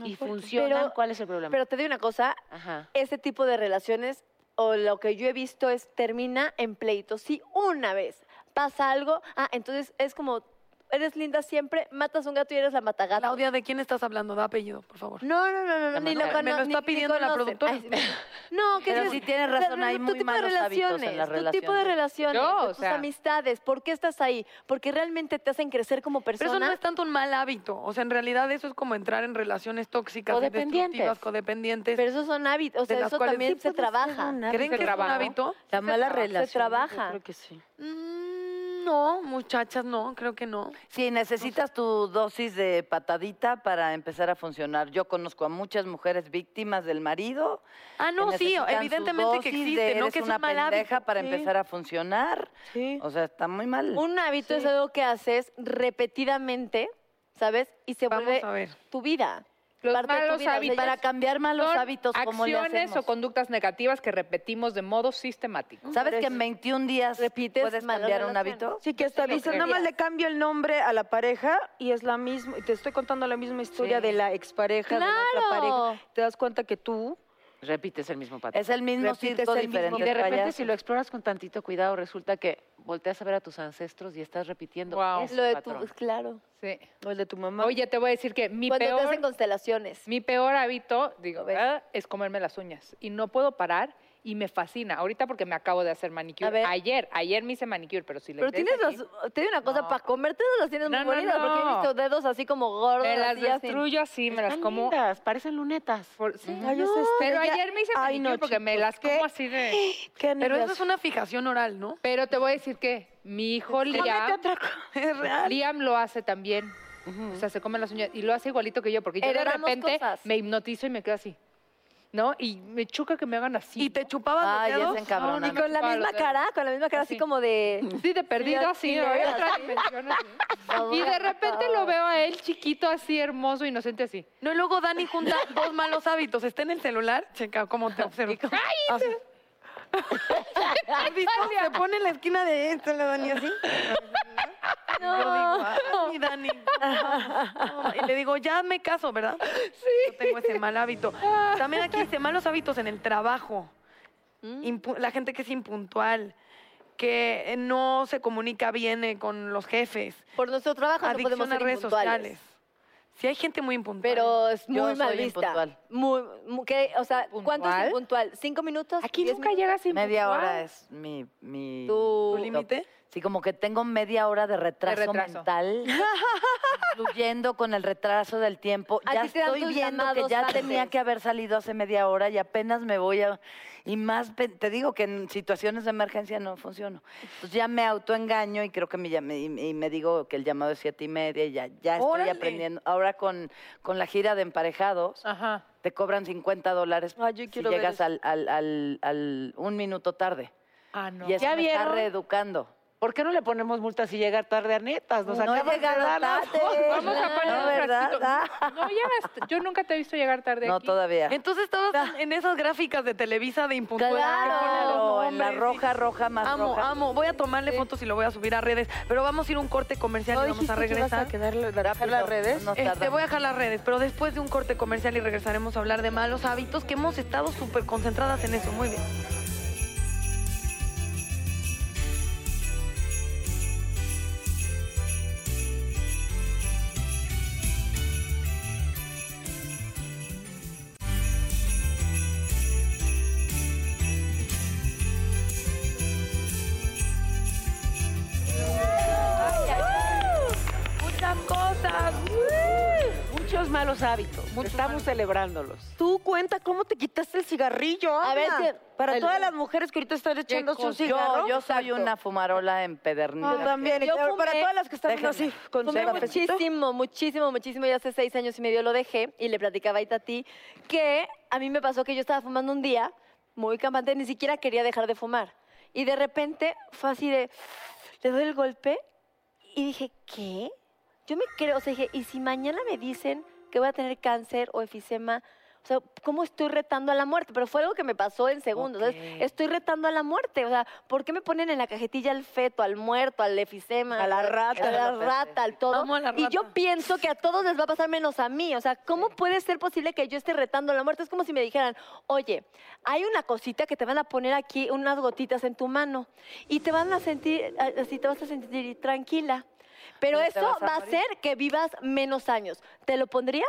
Speaker 2: y funciona,
Speaker 4: Pero-
Speaker 2: ¿cuál es el problema?
Speaker 4: Pero te digo una cosa,
Speaker 2: Ajá.
Speaker 4: ese tipo de relaciones, o lo que yo he visto es termina en pleitos. Si una vez pasa algo, ah, entonces es como, eres linda siempre, matas un gato y eres la matagata.
Speaker 3: Claudia, ¿de quién estás hablando? Da apellido, por favor.
Speaker 4: No, no, no, no,
Speaker 2: La
Speaker 4: no, ni lo
Speaker 2: matagata.
Speaker 4: cono-
Speaker 3: Me lo
Speaker 4: ni-
Speaker 3: está
Speaker 4: ni
Speaker 3: pidiendo la
Speaker 4: conocen.
Speaker 3: productora.
Speaker 4: Ay, sí. no, ¿qué
Speaker 6: Pero
Speaker 4: crees?
Speaker 6: sí tienes
Speaker 4: Pero,
Speaker 6: razón,
Speaker 4: pero,
Speaker 6: hay
Speaker 4: tu
Speaker 6: muy
Speaker 4: tipo de
Speaker 6: malos hábitos en
Speaker 4: Tu
Speaker 6: las
Speaker 4: tipo de
Speaker 6: relaciones.
Speaker 4: relaciones,
Speaker 5: Yo,
Speaker 4: de
Speaker 5: o
Speaker 4: tus
Speaker 5: sea-
Speaker 4: amistades, ¿por qué estás ahí? Porque realmente te hacen crecer como persona.
Speaker 3: Pero eso no es tanto un mal hábito. O sea, en realidad eso es como entrar en relaciones tóxicas, y
Speaker 2: Codependientes.
Speaker 3: destructivas, codependientes.
Speaker 4: Pero esos son hábitos, o
Speaker 3: de
Speaker 4: sea,
Speaker 3: las
Speaker 4: eso
Speaker 3: cuales
Speaker 4: también
Speaker 3: sí
Speaker 4: se
Speaker 3: puede ser
Speaker 4: trabaja.
Speaker 6: un
Speaker 3: ¿Creen que es un
Speaker 5: trabajo.
Speaker 3: hábito?
Speaker 6: La mala
Speaker 4: trabaja, se
Speaker 6: relación. yo
Speaker 4: trabaja.
Speaker 6: creo que sí.
Speaker 3: Mm, no, muchachas, no, creo que no.
Speaker 6: Sí, necesitas tu dosis de patadita para empezar a funcionar. Yo conozco a muchas mujeres víctimas del marido.
Speaker 3: Ah, no,
Speaker 6: que
Speaker 3: sí,
Speaker 6: necesitan su
Speaker 3: evidentemente que
Speaker 6: dosis de
Speaker 3: existe, no
Speaker 6: eres
Speaker 3: que es
Speaker 6: una
Speaker 3: un mal
Speaker 6: pendeja
Speaker 3: hábito.
Speaker 6: para
Speaker 3: Sí.
Speaker 6: empezar a funcionar.
Speaker 8: Sí.
Speaker 6: O sea, está muy mal.
Speaker 4: Un hábito es algo que haces repetidamente, ¿sabes? Y se
Speaker 3: Vamos
Speaker 4: vuelve
Speaker 3: a ver.
Speaker 4: tu vida.
Speaker 5: Los
Speaker 4: parte de tu
Speaker 5: malos
Speaker 4: vida, o sea,
Speaker 5: hábitos.
Speaker 4: ya
Speaker 6: Para
Speaker 4: es-
Speaker 6: cambiar malos
Speaker 5: Son
Speaker 6: hábitos, ¿cómo le
Speaker 5: acciones o
Speaker 6: hacemos?
Speaker 5: conductas negativas que repetimos de modo sistemático.
Speaker 6: ¿Sabes que en 21 días
Speaker 4: Repites
Speaker 6: puedes
Speaker 4: malas
Speaker 6: cambiar un
Speaker 4: relaciones.
Speaker 6: hábito?
Speaker 8: Sí, que hasta
Speaker 5: lo
Speaker 8: dices,
Speaker 5: creo.
Speaker 8: nada más le cambio el nombre a la pareja y es la misma, y te estoy contando la misma historia
Speaker 6: Sí.
Speaker 8: de la expareja, de la otra
Speaker 4: ¡Claro!
Speaker 8: pareja. Te das cuenta que tú,
Speaker 2: Repites el mismo patrón.
Speaker 6: Es el mismo
Speaker 8: Repites
Speaker 6: circo
Speaker 8: el mismo
Speaker 6: diferente.
Speaker 2: Y de repente,
Speaker 6: payaso.
Speaker 2: si lo exploras con tantito cuidado, resulta que volteas a ver a tus ancestros y estás repitiendo
Speaker 5: Guau.
Speaker 2: ese
Speaker 4: Lo de tu,
Speaker 2: patrón.
Speaker 4: claro.
Speaker 5: Sí.
Speaker 8: o el de tu mamá.
Speaker 5: Oye, te voy a decir que mi
Speaker 4: Cuando te
Speaker 5: peor,
Speaker 4: hacen constelaciones.
Speaker 5: mi peor hábito, digo,
Speaker 4: Lo ves.
Speaker 5: "Ah", es comerme las uñas. Y no puedo parar y me fascina. Ahorita porque me acabo de hacer
Speaker 4: A
Speaker 5: manicure.
Speaker 4: ver.
Speaker 5: Ayer, ayer me hice manicure, pero si le
Speaker 4: Pero
Speaker 5: ves
Speaker 4: tienes
Speaker 5: aquí,
Speaker 4: los, te digo una cosa,
Speaker 5: No.
Speaker 4: para comerte las tienes
Speaker 5: No,
Speaker 4: muy
Speaker 5: no,
Speaker 4: bonitas, porque yo he
Speaker 5: no.
Speaker 4: visto dedos así como gordos.
Speaker 5: Me las
Speaker 4: así, así.
Speaker 5: destruyo así, me las
Speaker 2: Están
Speaker 5: como.
Speaker 2: lindas, parecen lunetas.
Speaker 5: por- sí.
Speaker 8: Ay, esa
Speaker 5: Pero
Speaker 8: estrella-
Speaker 5: ayer me hice
Speaker 8: Ay,
Speaker 5: manicure
Speaker 8: no,
Speaker 5: porque me
Speaker 8: chicos,
Speaker 5: las
Speaker 8: qué-
Speaker 5: como así de...
Speaker 8: qué
Speaker 3: Pero eso
Speaker 8: nervios.
Speaker 3: es una fijación oral, ¿no?
Speaker 5: Pero te voy a decir que mi hijo Liam,
Speaker 3: <laughs> Es real.
Speaker 5: Liam lo hace también. O sea, se come las uñas y lo hace igualito que yo, porque yo de
Speaker 4: Heredamos
Speaker 5: repente
Speaker 4: cosas.
Speaker 5: me hipnotizo y me quedo así. ¿No? Y me choca que me hagan así.
Speaker 3: Y te chupaban
Speaker 6: Ay,
Speaker 3: los
Speaker 6: es
Speaker 3: dedos.
Speaker 6: encabronante.
Speaker 5: No, no,
Speaker 4: Y con la
Speaker 5: Chupa los
Speaker 4: misma
Speaker 5: dedos.
Speaker 4: cara, con la misma cara así,
Speaker 5: Así.
Speaker 4: como de...
Speaker 5: Sí, de perdida,
Speaker 4: así,
Speaker 5: sí, ¿no?
Speaker 4: ¿no?
Speaker 5: Era otra dimensión, así. Y de repente lo veo a él chiquito, así hermoso, inocente, así.
Speaker 3: No, y luego Dani junta <laughs> dos malos hábitos. Está en el celular, checa cómo te observa. Así. Así, Se pone en la esquina de esta, la Dani así. Y yo digo, "Ay, Dani. no, no". Y le digo, ya me caso, ¿verdad? Sí. Yo tengo ese mal hábito. También aquí dice malos hábitos en el trabajo. Impu- la gente que es impuntual, que eh, no se comunica bien eh, con los jefes.
Speaker 4: Por nuestro trabajo no podemos
Speaker 3: Adicción a
Speaker 4: ser
Speaker 3: redes
Speaker 4: impuntuales.
Speaker 3: sociales. Sí, hay gente muy impuntual.
Speaker 4: Pero es
Speaker 6: Yo
Speaker 4: muy mal
Speaker 6: soy
Speaker 4: vista.
Speaker 6: impuntual.
Speaker 4: Muy, muy- ¿qué? o sea, ¿cuánto es
Speaker 5: ¿Puntual?
Speaker 4: puntual? ¿Cinco minutos?
Speaker 5: Aquí
Speaker 4: ¿Diez
Speaker 5: nunca
Speaker 4: minutos?
Speaker 5: llegas sin
Speaker 6: Media hora es mi... mi
Speaker 4: Tu-
Speaker 3: ¿Tu
Speaker 6: top.
Speaker 3: límite?
Speaker 6: Sí, como que tengo media hora de retraso,
Speaker 5: retraso.
Speaker 6: mental, incluyendo con el retraso del tiempo.
Speaker 4: A
Speaker 6: ya
Speaker 4: ti te dan
Speaker 6: estoy
Speaker 4: tus
Speaker 6: viendo que
Speaker 4: llamados
Speaker 6: ya tenía
Speaker 4: antes.
Speaker 6: que haber salido hace media hora y apenas me voy a... Y más, pe- te digo que en situaciones de emergencia no funciono. Entonces ya me autoengaño y creo que me, llam- y, y me digo que el llamado es siete y media y ya, ya estoy
Speaker 3: Órale.
Speaker 6: aprendiendo. Ahora con, con la gira de emparejados,
Speaker 5: Ajá.
Speaker 6: te cobran 50 dólares
Speaker 8: Ay, yo
Speaker 6: si
Speaker 8: quiero ver
Speaker 6: llegas
Speaker 8: eso.
Speaker 6: al, al- al- al un minuto tarde.
Speaker 5: Ah, no.
Speaker 6: Y eso
Speaker 2: ¿Ya
Speaker 6: me está
Speaker 2: vieron?
Speaker 6: reeducando.
Speaker 2: ¿Por qué no le ponemos multas si llega tarde a netas? Nos
Speaker 6: No
Speaker 2: acabas de
Speaker 6: llegaron
Speaker 2: dar las
Speaker 6: tarde.
Speaker 2: fotos.
Speaker 5: Vamos a poner
Speaker 6: No,
Speaker 5: un
Speaker 6: ¿verdad?
Speaker 5: frasquito.
Speaker 6: Ah.
Speaker 5: No llegas, yo nunca te he visto llegar tarde
Speaker 6: No,
Speaker 5: aquí.
Speaker 6: todavía.
Speaker 3: Entonces estabas en esas gráficas de Televisa de impuntual.
Speaker 6: Claro, en la roja, roja, más
Speaker 3: Amo,
Speaker 6: roja.
Speaker 3: amo. Voy a tomarle fotos y lo voy a subir a redes. Pero vamos a ir a un corte comercial y vamos a regresar.
Speaker 6: Rápido,
Speaker 8: las redes?
Speaker 4: Este,
Speaker 6: no nos
Speaker 3: Eh, te
Speaker 6: tardamos.
Speaker 3: voy a dejar las redes, pero después de un corte comercial y regresaremos a hablar de malos hábitos que hemos estado súper concentradas en eso. Muy bien. Muchas cosas.
Speaker 9: Muchos malos hábitos. Estamos celebrándolos.
Speaker 8: Tú cuenta cómo te quitaste el cigarrillo.
Speaker 4: A ver,
Speaker 8: Ana.
Speaker 4: que-
Speaker 8: para
Speaker 4: el-
Speaker 8: todas las mujeres que ahorita están echándose un
Speaker 5: cosa.
Speaker 8: cigarro.
Speaker 6: Yo, yo soy una fumarola empedernida.
Speaker 8: Yo también. y
Speaker 4: Yo
Speaker 8: claro, para
Speaker 4: fumé-
Speaker 8: todas las que están viendo
Speaker 6: Déjenme.
Speaker 8: así, con su
Speaker 4: Fumé
Speaker 8: cafecito.
Speaker 4: muchísimo, muchísimo, muchísimo. Yo hace seis años y medio lo dejé y le platicaba ahorita a ti que a mí me pasó que yo estaba fumando un día muy campante, ni siquiera quería dejar de fumar. Y de repente fue así de... le doy el golpe y dije, ¿qué? Yo me creo, o sea, dije, ¿y si mañana me dicen que voy a tener cáncer o efisema? O sea, ¿cómo estoy retando a la muerte? Pero fue algo que me pasó en segundos.
Speaker 2: Ok.
Speaker 4: ¿sabes? Estoy retando a la muerte. O sea, ¿por qué me ponen en la cajetilla al feto, al muerto, al efisema?
Speaker 6: A la
Speaker 4: al-
Speaker 6: rata.
Speaker 4: A la rata, al todo.
Speaker 3: Amo a la
Speaker 4: Y yo
Speaker 3: rata.
Speaker 4: pienso que a todos les va a pasar menos a mí. O sea, ¿cómo puede ser posible que yo esté retando la muerte? Es como si me dijeran, oye, hay una cosita que te van a poner aquí, unas gotitas en tu mano, y te van a sentir, a- así te vas a sentir tranquila. Pero
Speaker 6: Pero te
Speaker 4: eso
Speaker 6: vas a
Speaker 4: va a
Speaker 6: morir.
Speaker 4: hacer que vivas menos años. ¿Te lo pondrías?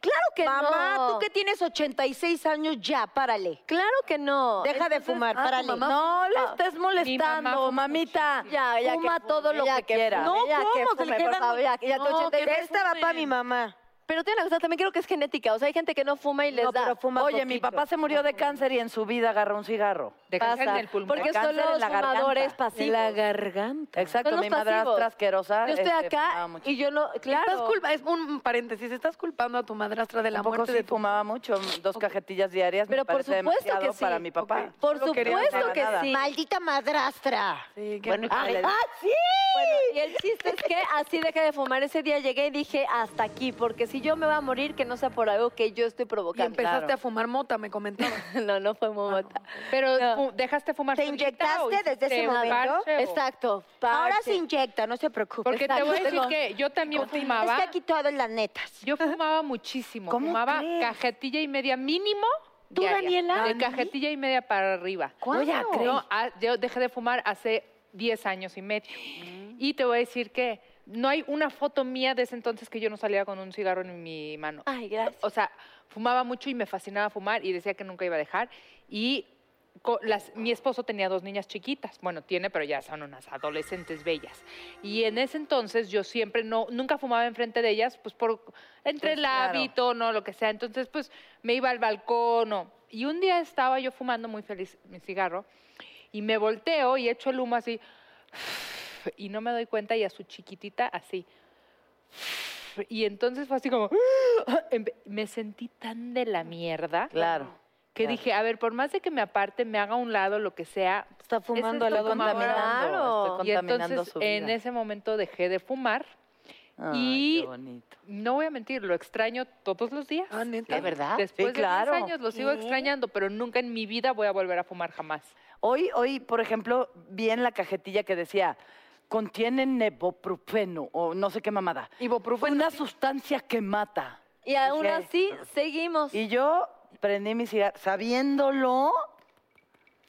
Speaker 4: Claro que
Speaker 9: Mamá,
Speaker 4: no.
Speaker 9: tú que tienes 86 años ya, párale.
Speaker 4: Claro que no.
Speaker 9: Deja de fumar,
Speaker 4: ah, tu
Speaker 9: párale.
Speaker 4: mamá
Speaker 9: No le
Speaker 4: fuma.
Speaker 9: estés molestando,
Speaker 5: fuma
Speaker 9: mamita.
Speaker 4: Ya, ya que
Speaker 9: Fuma
Speaker 4: fume,
Speaker 9: todo lo
Speaker 4: ya
Speaker 9: que,
Speaker 4: que
Speaker 9: quiera.
Speaker 4: fume, ya que
Speaker 9: ¿cómo? Se le
Speaker 4: fume, por
Speaker 9: quedan-
Speaker 4: favor, ya, ya te
Speaker 9: No, que
Speaker 4: 86
Speaker 9: esta va para mi mamá.
Speaker 4: Pero tiene una cosa, también creo que es genética. O sea, hay gente que no fuma y les
Speaker 9: No,
Speaker 4: da.
Speaker 9: pero fuma
Speaker 4: Oye, mi
Speaker 9: poquito.
Speaker 4: papá
Speaker 6: Papá se murió de cáncer y en su vida agarró un cigarro.
Speaker 5: De cáncer
Speaker 4: pasa.
Speaker 5: en el pulmón.
Speaker 4: Porque
Speaker 6: De
Speaker 4: son
Speaker 6: cáncer en
Speaker 4: los
Speaker 6: la garganta.
Speaker 4: fumadores
Speaker 9: En la
Speaker 4: pasivos.
Speaker 9: garganta.
Speaker 6: Exacto,
Speaker 4: Son los
Speaker 6: mi
Speaker 4: pasivos.
Speaker 6: madrastra asquerosa.
Speaker 4: Yo estoy
Speaker 6: este, fumaba
Speaker 8: Ah,
Speaker 4: acá
Speaker 6: mucho.
Speaker 4: y yo no. Claro.
Speaker 3: Estás culpa, es un paréntesis, estás culpando a tu madrastra de la
Speaker 6: Un poco
Speaker 3: muerte
Speaker 6: sí
Speaker 3: de tu
Speaker 6: fumaba mucho, dos cajetillas diarias,
Speaker 4: Pero
Speaker 6: me
Speaker 4: por
Speaker 6: parece
Speaker 4: supuesto que
Speaker 6: demasiado
Speaker 4: sí.
Speaker 6: para mi papá.
Speaker 3: Ok.
Speaker 4: Por
Speaker 3: Solo quería
Speaker 4: supuesto
Speaker 6: una
Speaker 4: que
Speaker 6: granada.
Speaker 4: sí.
Speaker 9: Maldita madrastra.
Speaker 3: Sí, que-
Speaker 2: Bueno, y
Speaker 3: Ay,
Speaker 2: le-
Speaker 4: Bueno, y el chiste es que así dejé de fumar. Ese día llegué y dije, hasta aquí, porque si yo me voy a morir, que no sea por algo que yo estoy
Speaker 3: y
Speaker 4: provocando.
Speaker 3: empezaste a fumar mota, me comentaron.
Speaker 4: <laughs> no, no fue momota.
Speaker 5: Pero
Speaker 4: No.
Speaker 5: fu- dejaste fumar
Speaker 9: ¿Te
Speaker 5: solita
Speaker 9: inyectaste
Speaker 5: o
Speaker 9: desde ese
Speaker 5: hiciste un
Speaker 9: momento?
Speaker 5: parche o-
Speaker 4: Exacto.
Speaker 9: Ahora
Speaker 4: parche.
Speaker 9: se inyecta, no se preocupe.
Speaker 5: Porque te
Speaker 4: Exacto.
Speaker 5: voy a decir
Speaker 4: Tengo-
Speaker 5: que yo también
Speaker 9: Es
Speaker 5: fumaba.
Speaker 9: que aquí todo es las netas.
Speaker 5: Yo fumaba muchísimo.
Speaker 6: ¿Cómo
Speaker 5: fumaba
Speaker 6: crees?
Speaker 5: cajetilla y media mínimo.
Speaker 4: ¿Tú,
Speaker 5: diaria.
Speaker 4: Daniela?
Speaker 5: De cajetilla y media para arriba.
Speaker 6: ¿Cuándo? Yo ya creí.
Speaker 5: No, ah, yo dejé de fumar hace 10 años y medio. Y te voy a decir que no hay una foto mía de ese entonces que yo no salía con un cigarro en mi mano.
Speaker 4: Ay, gracias.
Speaker 5: O sea, fumaba mucho y me fascinaba fumar y decía que nunca iba a dejar. Y co- las- mi esposo tenía dos niñas chiquitas. Bueno, tiene, pero ya son unas adolescentes bellas. Y en ese entonces yo siempre no, nunca fumaba enfrente de ellas, pues por entre
Speaker 6: Pues,
Speaker 5: el
Speaker 6: claro.
Speaker 5: hábito, no, lo que sea. Entonces, pues me iba al balcón o- Y un día estaba yo fumando muy feliz mi cigarro y me volteo y echo el humo así <laughs> y no me doy cuenta y a su chiquitita así. Y entonces fue así como, <gasps> empe- me sentí tan de la mierda
Speaker 6: Claro.
Speaker 5: que
Speaker 6: claro.
Speaker 5: dije, a ver, por más de que me aparte, me haga a un lado, lo que sea.
Speaker 6: Está
Speaker 5: fumando
Speaker 6: al
Speaker 5: al lado de mi
Speaker 4: mamá.
Speaker 6: contaminando,
Speaker 5: Y
Speaker 6: estoy Oh, contaminando
Speaker 5: entonces
Speaker 6: su vida.
Speaker 5: en ese momento dejé de fumar.
Speaker 6: Ay, qué
Speaker 5: y-
Speaker 6: bonito.
Speaker 5: No voy a mentir, lo extraño todos los días.
Speaker 3: Ah, neta.
Speaker 2: ¿De verdad?
Speaker 5: Después
Speaker 6: claro.
Speaker 5: de 10 años lo sigo extrañando, pero nunca en mi vida voy a volver a fumar jamás.
Speaker 6: Hoy, hoy, por ejemplo, vi en la cajetilla que decía, contiene nebuprofeno o no sé qué mamada.
Speaker 3: Ibuprofeno,
Speaker 6: Una sustancia que mata.
Speaker 4: Y aún
Speaker 6: Dije,
Speaker 4: así, seguimos.
Speaker 6: Y yo prendí mi cigarro sabiéndolo.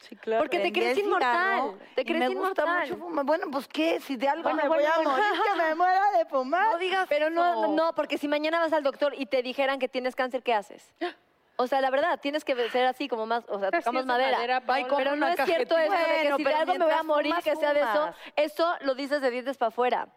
Speaker 9: Sí, claro.
Speaker 4: Porque te
Speaker 6: prendí
Speaker 4: crees
Speaker 6: el cigarro,
Speaker 4: inmortal, te
Speaker 6: y
Speaker 4: crees
Speaker 6: me gusta
Speaker 4: inmortal.
Speaker 6: mucho fumar. Bueno, pues qué, si de algo
Speaker 4: Bueno,
Speaker 6: me voy
Speaker 4: bueno.
Speaker 6: a morir, que me muera de fumar.
Speaker 4: No digas Pero no, no, porque si mañana vas al doctor y te dijeran que tienes cáncer, ¿qué haces? O sea, la verdad, tienes que ser así como más, o sea,
Speaker 5: Así
Speaker 4: tocamos
Speaker 5: es de
Speaker 4: madera.
Speaker 5: madera, Paola.
Speaker 4: pero no
Speaker 5: Una
Speaker 4: es cierto eso
Speaker 6: cajetilla.
Speaker 4: de que
Speaker 6: Bueno,
Speaker 4: si de
Speaker 6: pero
Speaker 4: algo me voy a
Speaker 6: mientras
Speaker 4: morir,
Speaker 6: fumas,
Speaker 4: que sea de eso.
Speaker 6: fumas.
Speaker 4: Eso lo dices de dientes para afuera.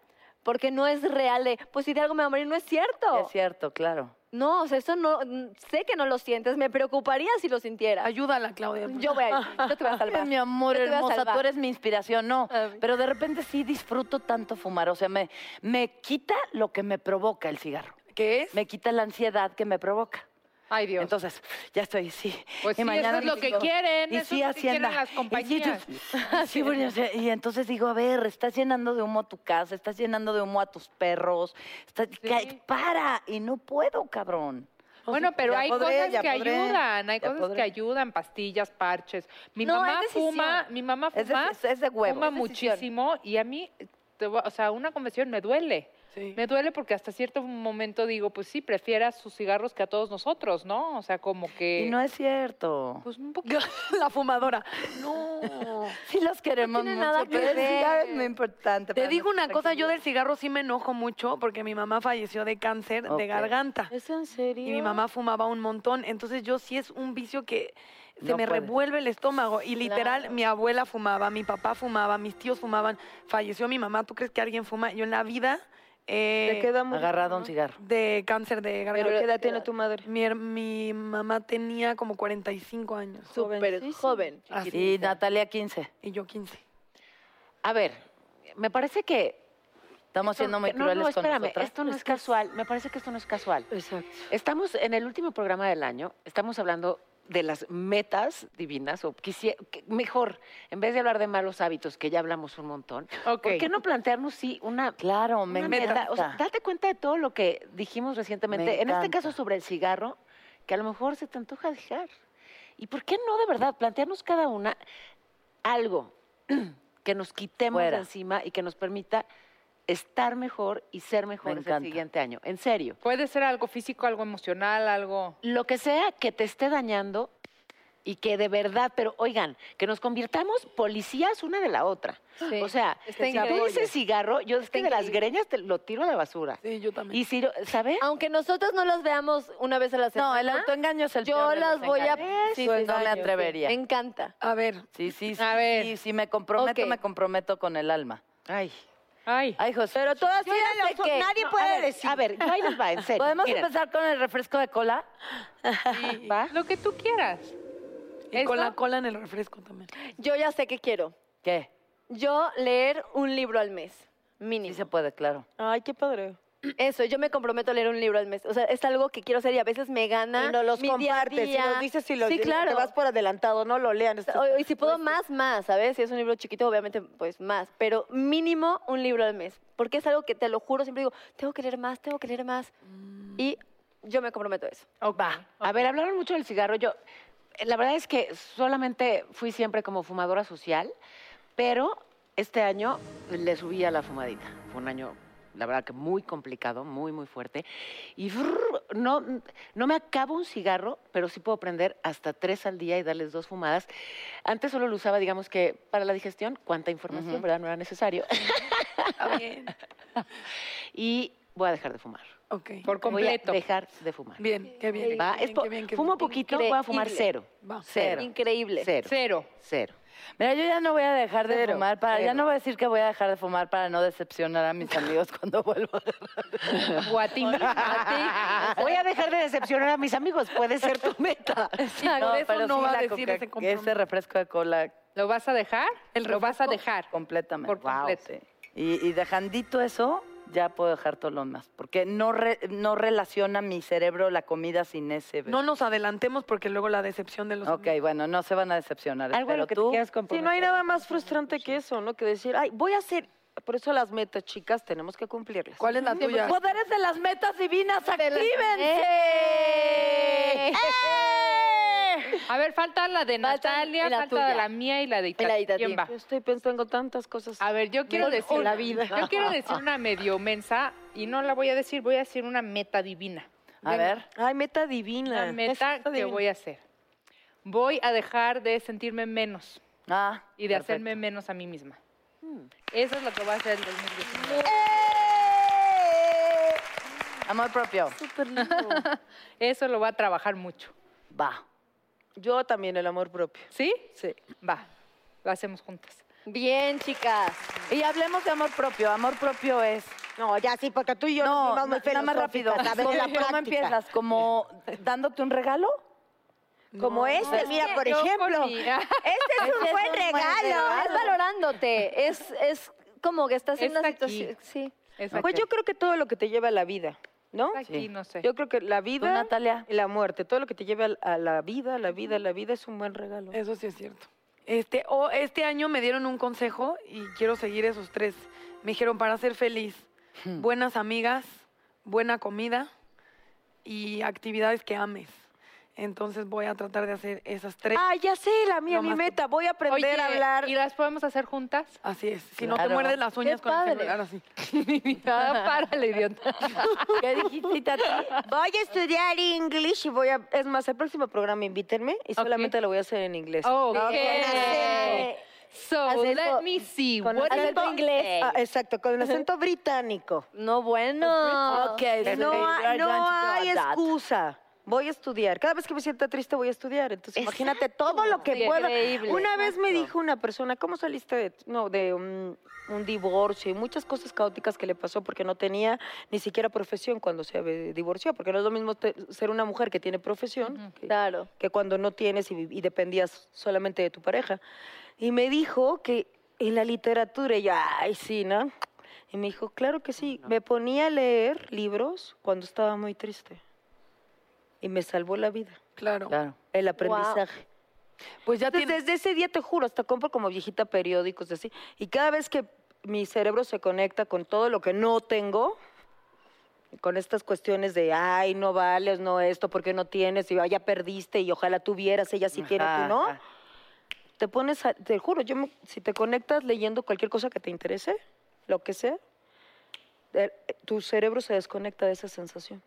Speaker 4: Porque no es real de, pues si de algo me voy a morir, no es cierto.
Speaker 6: Es cierto, claro.
Speaker 4: No, o sea, eso no, mm, sé que no lo sientes, me preocuparía si lo sintiera.
Speaker 3: Ayúdala, Claudia.
Speaker 4: Yo voy a ir, yo te voy a salvar.
Speaker 6: mi amor
Speaker 4: Yo te voy a
Speaker 6: hermosa,
Speaker 4: salvar.
Speaker 6: tú eres mi inspiración, no.
Speaker 4: Ay.
Speaker 6: Pero de repente sí disfruto tanto fumar, o sea, me, me quita lo que me provoca el cigarro.
Speaker 3: ¿Qué es?
Speaker 6: Me quita la ansiedad que me provoca.
Speaker 5: Ay, Dios.
Speaker 6: Entonces, ya estoy, sí.
Speaker 5: Pues sí, eso es lo que
Speaker 6: digo,
Speaker 5: quieren,
Speaker 6: Y
Speaker 5: eso
Speaker 6: sí,
Speaker 5: es lo que quieren
Speaker 6: Hacienda.
Speaker 5: las compañías.
Speaker 6: Y, sí, tú- <laughs> sí, bueno, o sea, y entonces digo, a ver, estás llenando de humo tu casa, estás llenando de humo a tus perros. estás- ca- Para, y no puedo, cabrón.
Speaker 5: Bueno, pero
Speaker 6: ya
Speaker 5: hay
Speaker 6: podré,
Speaker 5: cosas
Speaker 6: ya
Speaker 5: que
Speaker 6: podré,
Speaker 5: ayudan, hay
Speaker 6: ya
Speaker 5: cosas
Speaker 6: podré.
Speaker 5: que ayudan, pastillas, parches. Mi
Speaker 4: No,
Speaker 5: mamá
Speaker 4: es decisión.
Speaker 5: fuma, mi mamá
Speaker 6: Es de,
Speaker 5: fuma,
Speaker 6: es de huevo.
Speaker 5: fuma
Speaker 6: es decisión.
Speaker 5: muchísimo y a mí, te voy- o sea, una confesión me duele.
Speaker 3: Sí.
Speaker 5: Me duele porque hasta cierto momento digo, pues sí, prefiera sus cigarros que a todos nosotros, ¿no? O sea, como que...
Speaker 6: Y no es cierto.
Speaker 5: Pues un poquito.
Speaker 3: <laughs> La fumadora. No.
Speaker 6: Sí los queremos
Speaker 4: tiene
Speaker 6: mucho,
Speaker 4: nada que
Speaker 6: pero el
Speaker 4: ver.
Speaker 6: cigarro es muy importante.
Speaker 3: Te
Speaker 6: para
Speaker 3: digo una
Speaker 6: nuestra
Speaker 3: cosa, yo
Speaker 6: tranquilidad.
Speaker 3: del cigarro sí me enojo mucho porque mi mamá falleció de cáncer
Speaker 6: Ok.
Speaker 3: de garganta.
Speaker 9: ¿Es en serio?
Speaker 3: Y mi mamá fumaba un montón, entonces yo sí es un vicio que se
Speaker 6: No
Speaker 3: me
Speaker 6: puedes.
Speaker 3: revuelve el estómago. Y literal,
Speaker 4: Claro.
Speaker 3: mi abuela fumaba, mi papá fumaba, mis tíos fumaban, falleció mi mamá. ¿Tú crees que alguien fuma? Yo en la vida eh,
Speaker 9: Te queda
Speaker 2: Pues
Speaker 9: muy...
Speaker 6: Agarrado un cigarro.
Speaker 3: de cáncer de
Speaker 9: Pero
Speaker 3: garganta.
Speaker 9: ¿qué edad tiene tu madre?
Speaker 3: Mi, her- mi mamá tenía como 45 años
Speaker 4: Súper
Speaker 9: Jovencísima.
Speaker 4: joven.
Speaker 6: Y Natalia 15.
Speaker 3: y yo 15.
Speaker 2: A ver, me parece que...
Speaker 6: Estamos
Speaker 2: esto-
Speaker 6: siendo muy
Speaker 2: que- no,
Speaker 6: crueles
Speaker 2: no,
Speaker 6: con
Speaker 2: espérame,
Speaker 6: nosotras.
Speaker 2: esto no es casual, me parece que esto no es casual.
Speaker 9: Exacto.
Speaker 2: Estamos en el último programa del año, estamos hablando de las metas divinas, o quisiera, mejor, en vez de hablar de malos hábitos, que ya hablamos un montón, ¿por qué no plantearnos sí una,
Speaker 6: Claro, me
Speaker 2: una meta?
Speaker 6: encanta.
Speaker 2: O sea, date cuenta de todo lo que dijimos recientemente,
Speaker 6: Me
Speaker 2: en este
Speaker 6: encanta.
Speaker 2: caso sobre el cigarro, que a lo mejor se te antoja dejar. ¿Y por qué no de verdad plantearnos cada una algo <clears throat> que nos quitemos de
Speaker 6: Fuera.
Speaker 2: encima y que nos permita estar mejor y ser mejores el
Speaker 6: encanta.
Speaker 2: siguiente año? En serio.
Speaker 5: Puede ser algo físico, algo emocional, algo...
Speaker 2: lo que sea que te esté dañando y que de verdad, pero oigan, que nos convirtamos policías una de la otra.
Speaker 4: Sí.
Speaker 2: O sea,
Speaker 4: Está
Speaker 2: si tú
Speaker 4: increíble.
Speaker 2: dices cigarro, yo es
Speaker 4: Está
Speaker 2: que de las
Speaker 4: increíble.
Speaker 2: greñas te lo tiro a la basura.
Speaker 3: Sí, yo también.
Speaker 2: Y si, lo- ¿sabes?
Speaker 6: Ah,
Speaker 4: Aunque nosotros no las veamos una vez a la semana.
Speaker 6: No, el autoengaño es el
Speaker 4: Yo
Speaker 6: peor de los
Speaker 4: las voy a...
Speaker 6: engaños.
Speaker 4: Sí,
Speaker 6: Pues
Speaker 4: sí,
Speaker 6: no me
Speaker 4: engaño, sí.
Speaker 6: atrevería.
Speaker 4: Me encanta.
Speaker 3: A ver,
Speaker 6: Sí, sí, sí.
Speaker 5: A ver.
Speaker 6: sí, si me comprometo,
Speaker 4: Ok.
Speaker 6: me comprometo con el alma.
Speaker 2: Ay.
Speaker 5: Ay,
Speaker 6: Ay, José.
Speaker 8: Pero todas
Speaker 4: Yo ya
Speaker 8: tienen
Speaker 4: lo
Speaker 8: los-
Speaker 4: sé.
Speaker 8: Nadie
Speaker 2: No,
Speaker 8: puede
Speaker 2: a ver,
Speaker 8: decir.
Speaker 2: A ver, yo ahí les va, en serio.
Speaker 6: ¿Podemos
Speaker 2: Miren,
Speaker 6: empezar con el refresco de cola?
Speaker 2: ¿va?
Speaker 5: lo que tú quieras.
Speaker 3: y con
Speaker 5: ¿Eso?
Speaker 3: la cola en el refresco también.
Speaker 4: Yo ya sé qué quiero.
Speaker 6: ¿Qué?
Speaker 4: Yo leer un libro al mes.
Speaker 6: Sí
Speaker 4: Mínimo.
Speaker 6: se puede, claro.
Speaker 8: Ay, qué padre.
Speaker 4: Eso, yo me comprometo a leer un libro al mes. O sea, es algo que quiero hacer y a veces me gana.
Speaker 8: Y no los
Speaker 4: mi día a
Speaker 8: compartes, y
Speaker 4: día.
Speaker 8: los dices y los
Speaker 4: Sí,
Speaker 8: y
Speaker 4: claro.
Speaker 8: te vas por adelantado, no lo lean. esto-
Speaker 4: O- y si puedo más, más, ¿sabes? Si es un libro chiquito, obviamente, pues más. Pero mínimo un libro al mes. Porque es algo que te lo juro, siempre digo, tengo que leer más, tengo que leer más.
Speaker 8: Mm.
Speaker 4: Y yo me comprometo a eso.
Speaker 2: Va. A ver, hablaron mucho del cigarro. Yo, eh, la verdad es que solamente fui siempre como fumadora social, pero este año le subí a la fumadita. Fue un año, la verdad que muy complicado, muy, muy fuerte. Y brr, no, no me acabo un cigarro, pero sí puedo prender hasta tres al día y darles dos fumadas. Antes solo lo usaba, digamos que para la digestión, cuánta información,
Speaker 6: Ujú.
Speaker 2: ¿verdad? No era necesario.
Speaker 3: Está bien.
Speaker 2: <laughs> y voy a dejar de fumar.
Speaker 3: Ok.
Speaker 5: Por completo.
Speaker 2: Voy a dejar de fumar.
Speaker 3: Bien, qué bien.
Speaker 2: Va,
Speaker 3: qué
Speaker 2: es
Speaker 3: bien,
Speaker 2: po-
Speaker 3: qué bien, qué
Speaker 2: fumo
Speaker 3: bien.
Speaker 2: poquito, voy a fumar
Speaker 4: Increíble.
Speaker 2: cero.
Speaker 3: Va.
Speaker 2: Cero.
Speaker 4: Increíble.
Speaker 2: Cero.
Speaker 5: Cero.
Speaker 2: Cero.
Speaker 6: Mira, yo ya no voy a dejar de
Speaker 2: Cero,
Speaker 6: fumar. Para, ya
Speaker 2: cero.
Speaker 6: no voy a decir que voy a dejar de fumar para no decepcionar a mis amigos cuando vuelvo.
Speaker 5: O a ti misma.
Speaker 2: <laughs> Voy <laughs> a dejar de decepcionar a mis amigos, puede ser <laughs> tu meta.
Speaker 4: Exacto.
Speaker 3: eso no va a
Speaker 6: la
Speaker 3: decir
Speaker 6: coca-
Speaker 3: ese compromiso.
Speaker 6: ese refresco de cola
Speaker 5: ¿Lo vas a dejar? Lo vas a dejar.
Speaker 6: completamente.
Speaker 5: Por
Speaker 6: Wow.
Speaker 5: completo.
Speaker 6: Sí. Y, y dejandito eso, ya puedo dejar todo lo más. Porque no, re- no relaciona mi cerebro la comida sin ese.
Speaker 3: No nos adelantemos porque luego la decepción de los
Speaker 6: Ok,
Speaker 3: amigos.
Speaker 6: bueno, no se van a decepcionar.
Speaker 2: Algo a
Speaker 6: pero
Speaker 2: lo que
Speaker 6: tú,
Speaker 2: te quieras
Speaker 8: Sí,
Speaker 2: comprometer.
Speaker 8: no hay nada más frustrante que eso, ¿no? Que decir, ay, voy a hacer. Por eso las metas, chicas, tenemos que cumplirlas.
Speaker 3: ¿Cuál es la tuya?
Speaker 6: Poderes de las metas divinas, actívense.
Speaker 8: Eh.
Speaker 5: A ver, falta la de
Speaker 4: Falta
Speaker 5: Natalia,
Speaker 4: la
Speaker 5: falta
Speaker 4: tuya.
Speaker 5: la mía y la de
Speaker 4: Y la de
Speaker 5: Itati. ¿Quién
Speaker 4: Itati.
Speaker 5: va?
Speaker 8: Yo estoy pensando tantas cosas.
Speaker 5: A ver, yo quiero
Speaker 8: Menos
Speaker 5: decir
Speaker 8: la vida.
Speaker 5: Yo quiero decir una medio mensa y no la voy a decir, voy a decir una meta divina.
Speaker 6: A ver,
Speaker 8: Ay, meta
Speaker 5: Una
Speaker 3: <laughs>
Speaker 8: divina.
Speaker 5: meta
Speaker 8: Está
Speaker 5: que
Speaker 8: divina.
Speaker 5: voy a hacer. Voy a dejar de sentirme menos
Speaker 6: ah,
Speaker 5: y de
Speaker 6: perfecto.
Speaker 5: hacerme menos a mí misma. Eso es lo que voy a hacer el 2019.
Speaker 6: amor propio.
Speaker 8: Súper lindo.
Speaker 5: <laughs> Eso lo voy a trabajar mucho.
Speaker 6: Va.
Speaker 8: Yo también, el amor propio.
Speaker 5: ¿Sí?
Speaker 8: Sí.
Speaker 5: Va. Lo hacemos juntas.
Speaker 4: Bien, chicas.
Speaker 6: Y hablemos de amor propio. Amor propio es.
Speaker 8: No, ya sí, porque tú y yo
Speaker 6: no,
Speaker 8: nos vimos
Speaker 6: na- nada más rápido.
Speaker 8: filosóficas, a <laughs> ver,
Speaker 6: ¿Cómo,
Speaker 8: la
Speaker 6: cómo
Speaker 8: práctica.
Speaker 6: empiezas?
Speaker 8: <laughs>
Speaker 6: ¿Como dándote un regalo?
Speaker 8: Como este, mira, por
Speaker 5: Yo con
Speaker 8: ejemplo.
Speaker 5: mi-
Speaker 8: Este es un buen regalo.
Speaker 4: Es valorándote. Es, es como que estás en
Speaker 5: Es
Speaker 4: una
Speaker 5: aquí.
Speaker 4: situación. Sí.
Speaker 5: Exacto.
Speaker 8: Pues yo creo que todo lo que te lleva a la vida, ¿no?
Speaker 5: Aquí, no sé.
Speaker 8: Yo creo que la
Speaker 6: ¿Tú,
Speaker 8: vida
Speaker 6: Natalia?
Speaker 8: y la muerte, todo lo que te lleva al- a la vida, la vida, la vida es un buen regalo.
Speaker 3: Eso sí es cierto. Este, o este año me dieron un consejo y quiero seguir esos tres. Me dijeron para ser feliz, buenas amigas, buena comida y actividades que ames. Entonces voy a tratar de hacer esas tres.
Speaker 8: Ah, ya sé, la mía,
Speaker 3: No
Speaker 8: mi
Speaker 3: más
Speaker 8: meta, voy a aprender
Speaker 5: Oye,
Speaker 8: a hablar.
Speaker 5: ¿y las podemos hacer juntas?
Speaker 3: Así es. Si no
Speaker 6: Claro.
Speaker 3: te muerdes las uñas
Speaker 4: Qué
Speaker 3: con el
Speaker 4: padre.
Speaker 3: celular así.
Speaker 5: <laughs>
Speaker 8: <laughs>
Speaker 5: Ah, Párale, idiota.
Speaker 6: ¿Qué dijiste, Tati?
Speaker 8: Voy a estudiar English y voy a... Es más, el próximo programa invítenme y solamente lo voy a hacer en inglés.
Speaker 5: Ok.
Speaker 8: Acento.
Speaker 5: So,
Speaker 8: Acento.
Speaker 5: let me see.
Speaker 8: Con
Speaker 5: what
Speaker 8: acento
Speaker 5: is-
Speaker 8: inglés. Ah, exacto, con acento británico.
Speaker 4: No, bueno.
Speaker 8: Ok, no,
Speaker 6: Perfecto.
Speaker 8: hay- no hay
Speaker 6: That.
Speaker 8: excusa. Voy a estudiar. Cada vez que me sienta triste voy a estudiar. Entonces, imagínate todo lo que
Speaker 4: Sí,
Speaker 8: puedo.
Speaker 4: increíble.
Speaker 8: Una vez me dijo una persona, ¿cómo saliste de, no, de un, un divorcio y muchas cosas caóticas que le pasó porque no tenía ni siquiera profesión cuando se eh, divorció? Porque no es lo mismo te- ser una mujer que tiene profesión que-
Speaker 4: Claro.
Speaker 8: que cuando no tienes y, y dependías solamente de tu pareja. Y me dijo que en la literatura, y yo, ay, sí, ¿no? Y me dijo, claro que sí. Me ponía a leer libros cuando estaba muy triste. y me salvó la vida.
Speaker 3: Claro.
Speaker 6: Claro.
Speaker 8: El aprendizaje.
Speaker 3: Pues ya
Speaker 8: Entonces,
Speaker 3: tiene-
Speaker 8: desde ese día, te juro, hasta compro como viejita periódicos y así. Y cada vez que mi cerebro se conecta con todo lo que no tengo, con estas cuestiones de, ay, no vales, no esto, porque no tienes, y "Ay, ya perdiste, y ojalá tuvieras, ella sí tiene, tú
Speaker 6: Ajá,
Speaker 8: no.
Speaker 6: ajá.
Speaker 8: Te pones, a- te juro, yo me- si te conectas leyendo cualquier cosa que te interese, lo que sea, eh, tu cerebro se desconecta de esa sensación.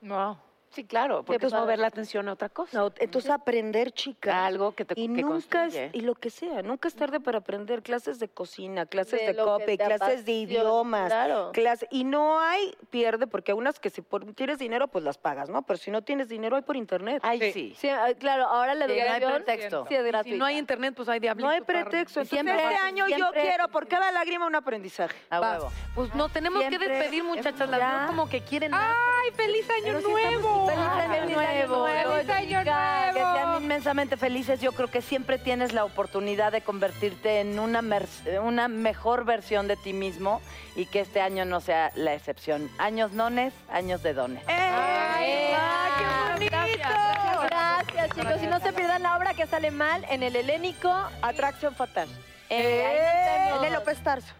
Speaker 5: Wow.
Speaker 2: Sí, claro, porque
Speaker 8: pues,
Speaker 2: es mover la atención a otra cosa.
Speaker 8: No, entonces aprender,
Speaker 6: Ah,
Speaker 8: chica.
Speaker 2: Algo que te-
Speaker 8: y
Speaker 2: que
Speaker 8: nunca es-
Speaker 2: construye.
Speaker 8: y lo que sea, nunca es tarde para aprender clases de cocina, clases
Speaker 4: De
Speaker 8: de,
Speaker 4: lo que
Speaker 8: copy,
Speaker 4: te
Speaker 8: clases de
Speaker 4: apasione,
Speaker 8: idiomas,
Speaker 4: claro.
Speaker 8: clase- y no hay pierde porque unas que si por- tienes dinero pues las pagas, ¿no? Pero si no tienes dinero hay por internet.
Speaker 6: Ay, sí.
Speaker 4: Sí, ah, claro, ahora la
Speaker 6: Sí,
Speaker 5: eh,
Speaker 4: educación
Speaker 6: no hay pretexto.
Speaker 4: Sí, es
Speaker 3: y
Speaker 4: gratuita.
Speaker 3: si no hay internet, pues hay diablitos.
Speaker 8: No hay
Speaker 3: para-
Speaker 8: pretexto. Entonces,
Speaker 4: siempre-
Speaker 8: este año yo
Speaker 4: siempre-
Speaker 8: quiero por cada lágrima un aprendizaje.
Speaker 6: A
Speaker 3: Vas.
Speaker 6: huevo.
Speaker 3: Pues no, tenemos que
Speaker 4: Siempre
Speaker 3: despedir, muchachas. Las
Speaker 4: ya.
Speaker 3: dos como que quieren más.
Speaker 5: ¡Ay, feliz año nuevo!
Speaker 4: ¡Feliz año nuevo!
Speaker 5: ¡Feliz año
Speaker 4: chicas!
Speaker 5: nuevo!
Speaker 6: Que sean inmensamente felices. Yo creo que siempre tienes la oportunidad de convertirte en una, mer- una mejor versión de ti mismo y que este año no sea la excepción. Años nones, años de dones.
Speaker 4: Gracias, chicos. Y no se pierdan la obra que sale mal en el helénico.
Speaker 8: Atracción fatal.
Speaker 4: Eh, ahí nos
Speaker 8: L.
Speaker 4: vemos.
Speaker 8: López Tarso.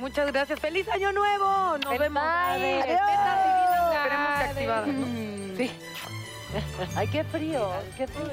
Speaker 3: Muchas gracias. ¡Feliz año nuevo! Nos
Speaker 4: Feliz
Speaker 3: vemos.
Speaker 4: Navidad.
Speaker 3: Esperemos que activada. ¿no?
Speaker 6: Sí. Ay, qué frío, qué frío.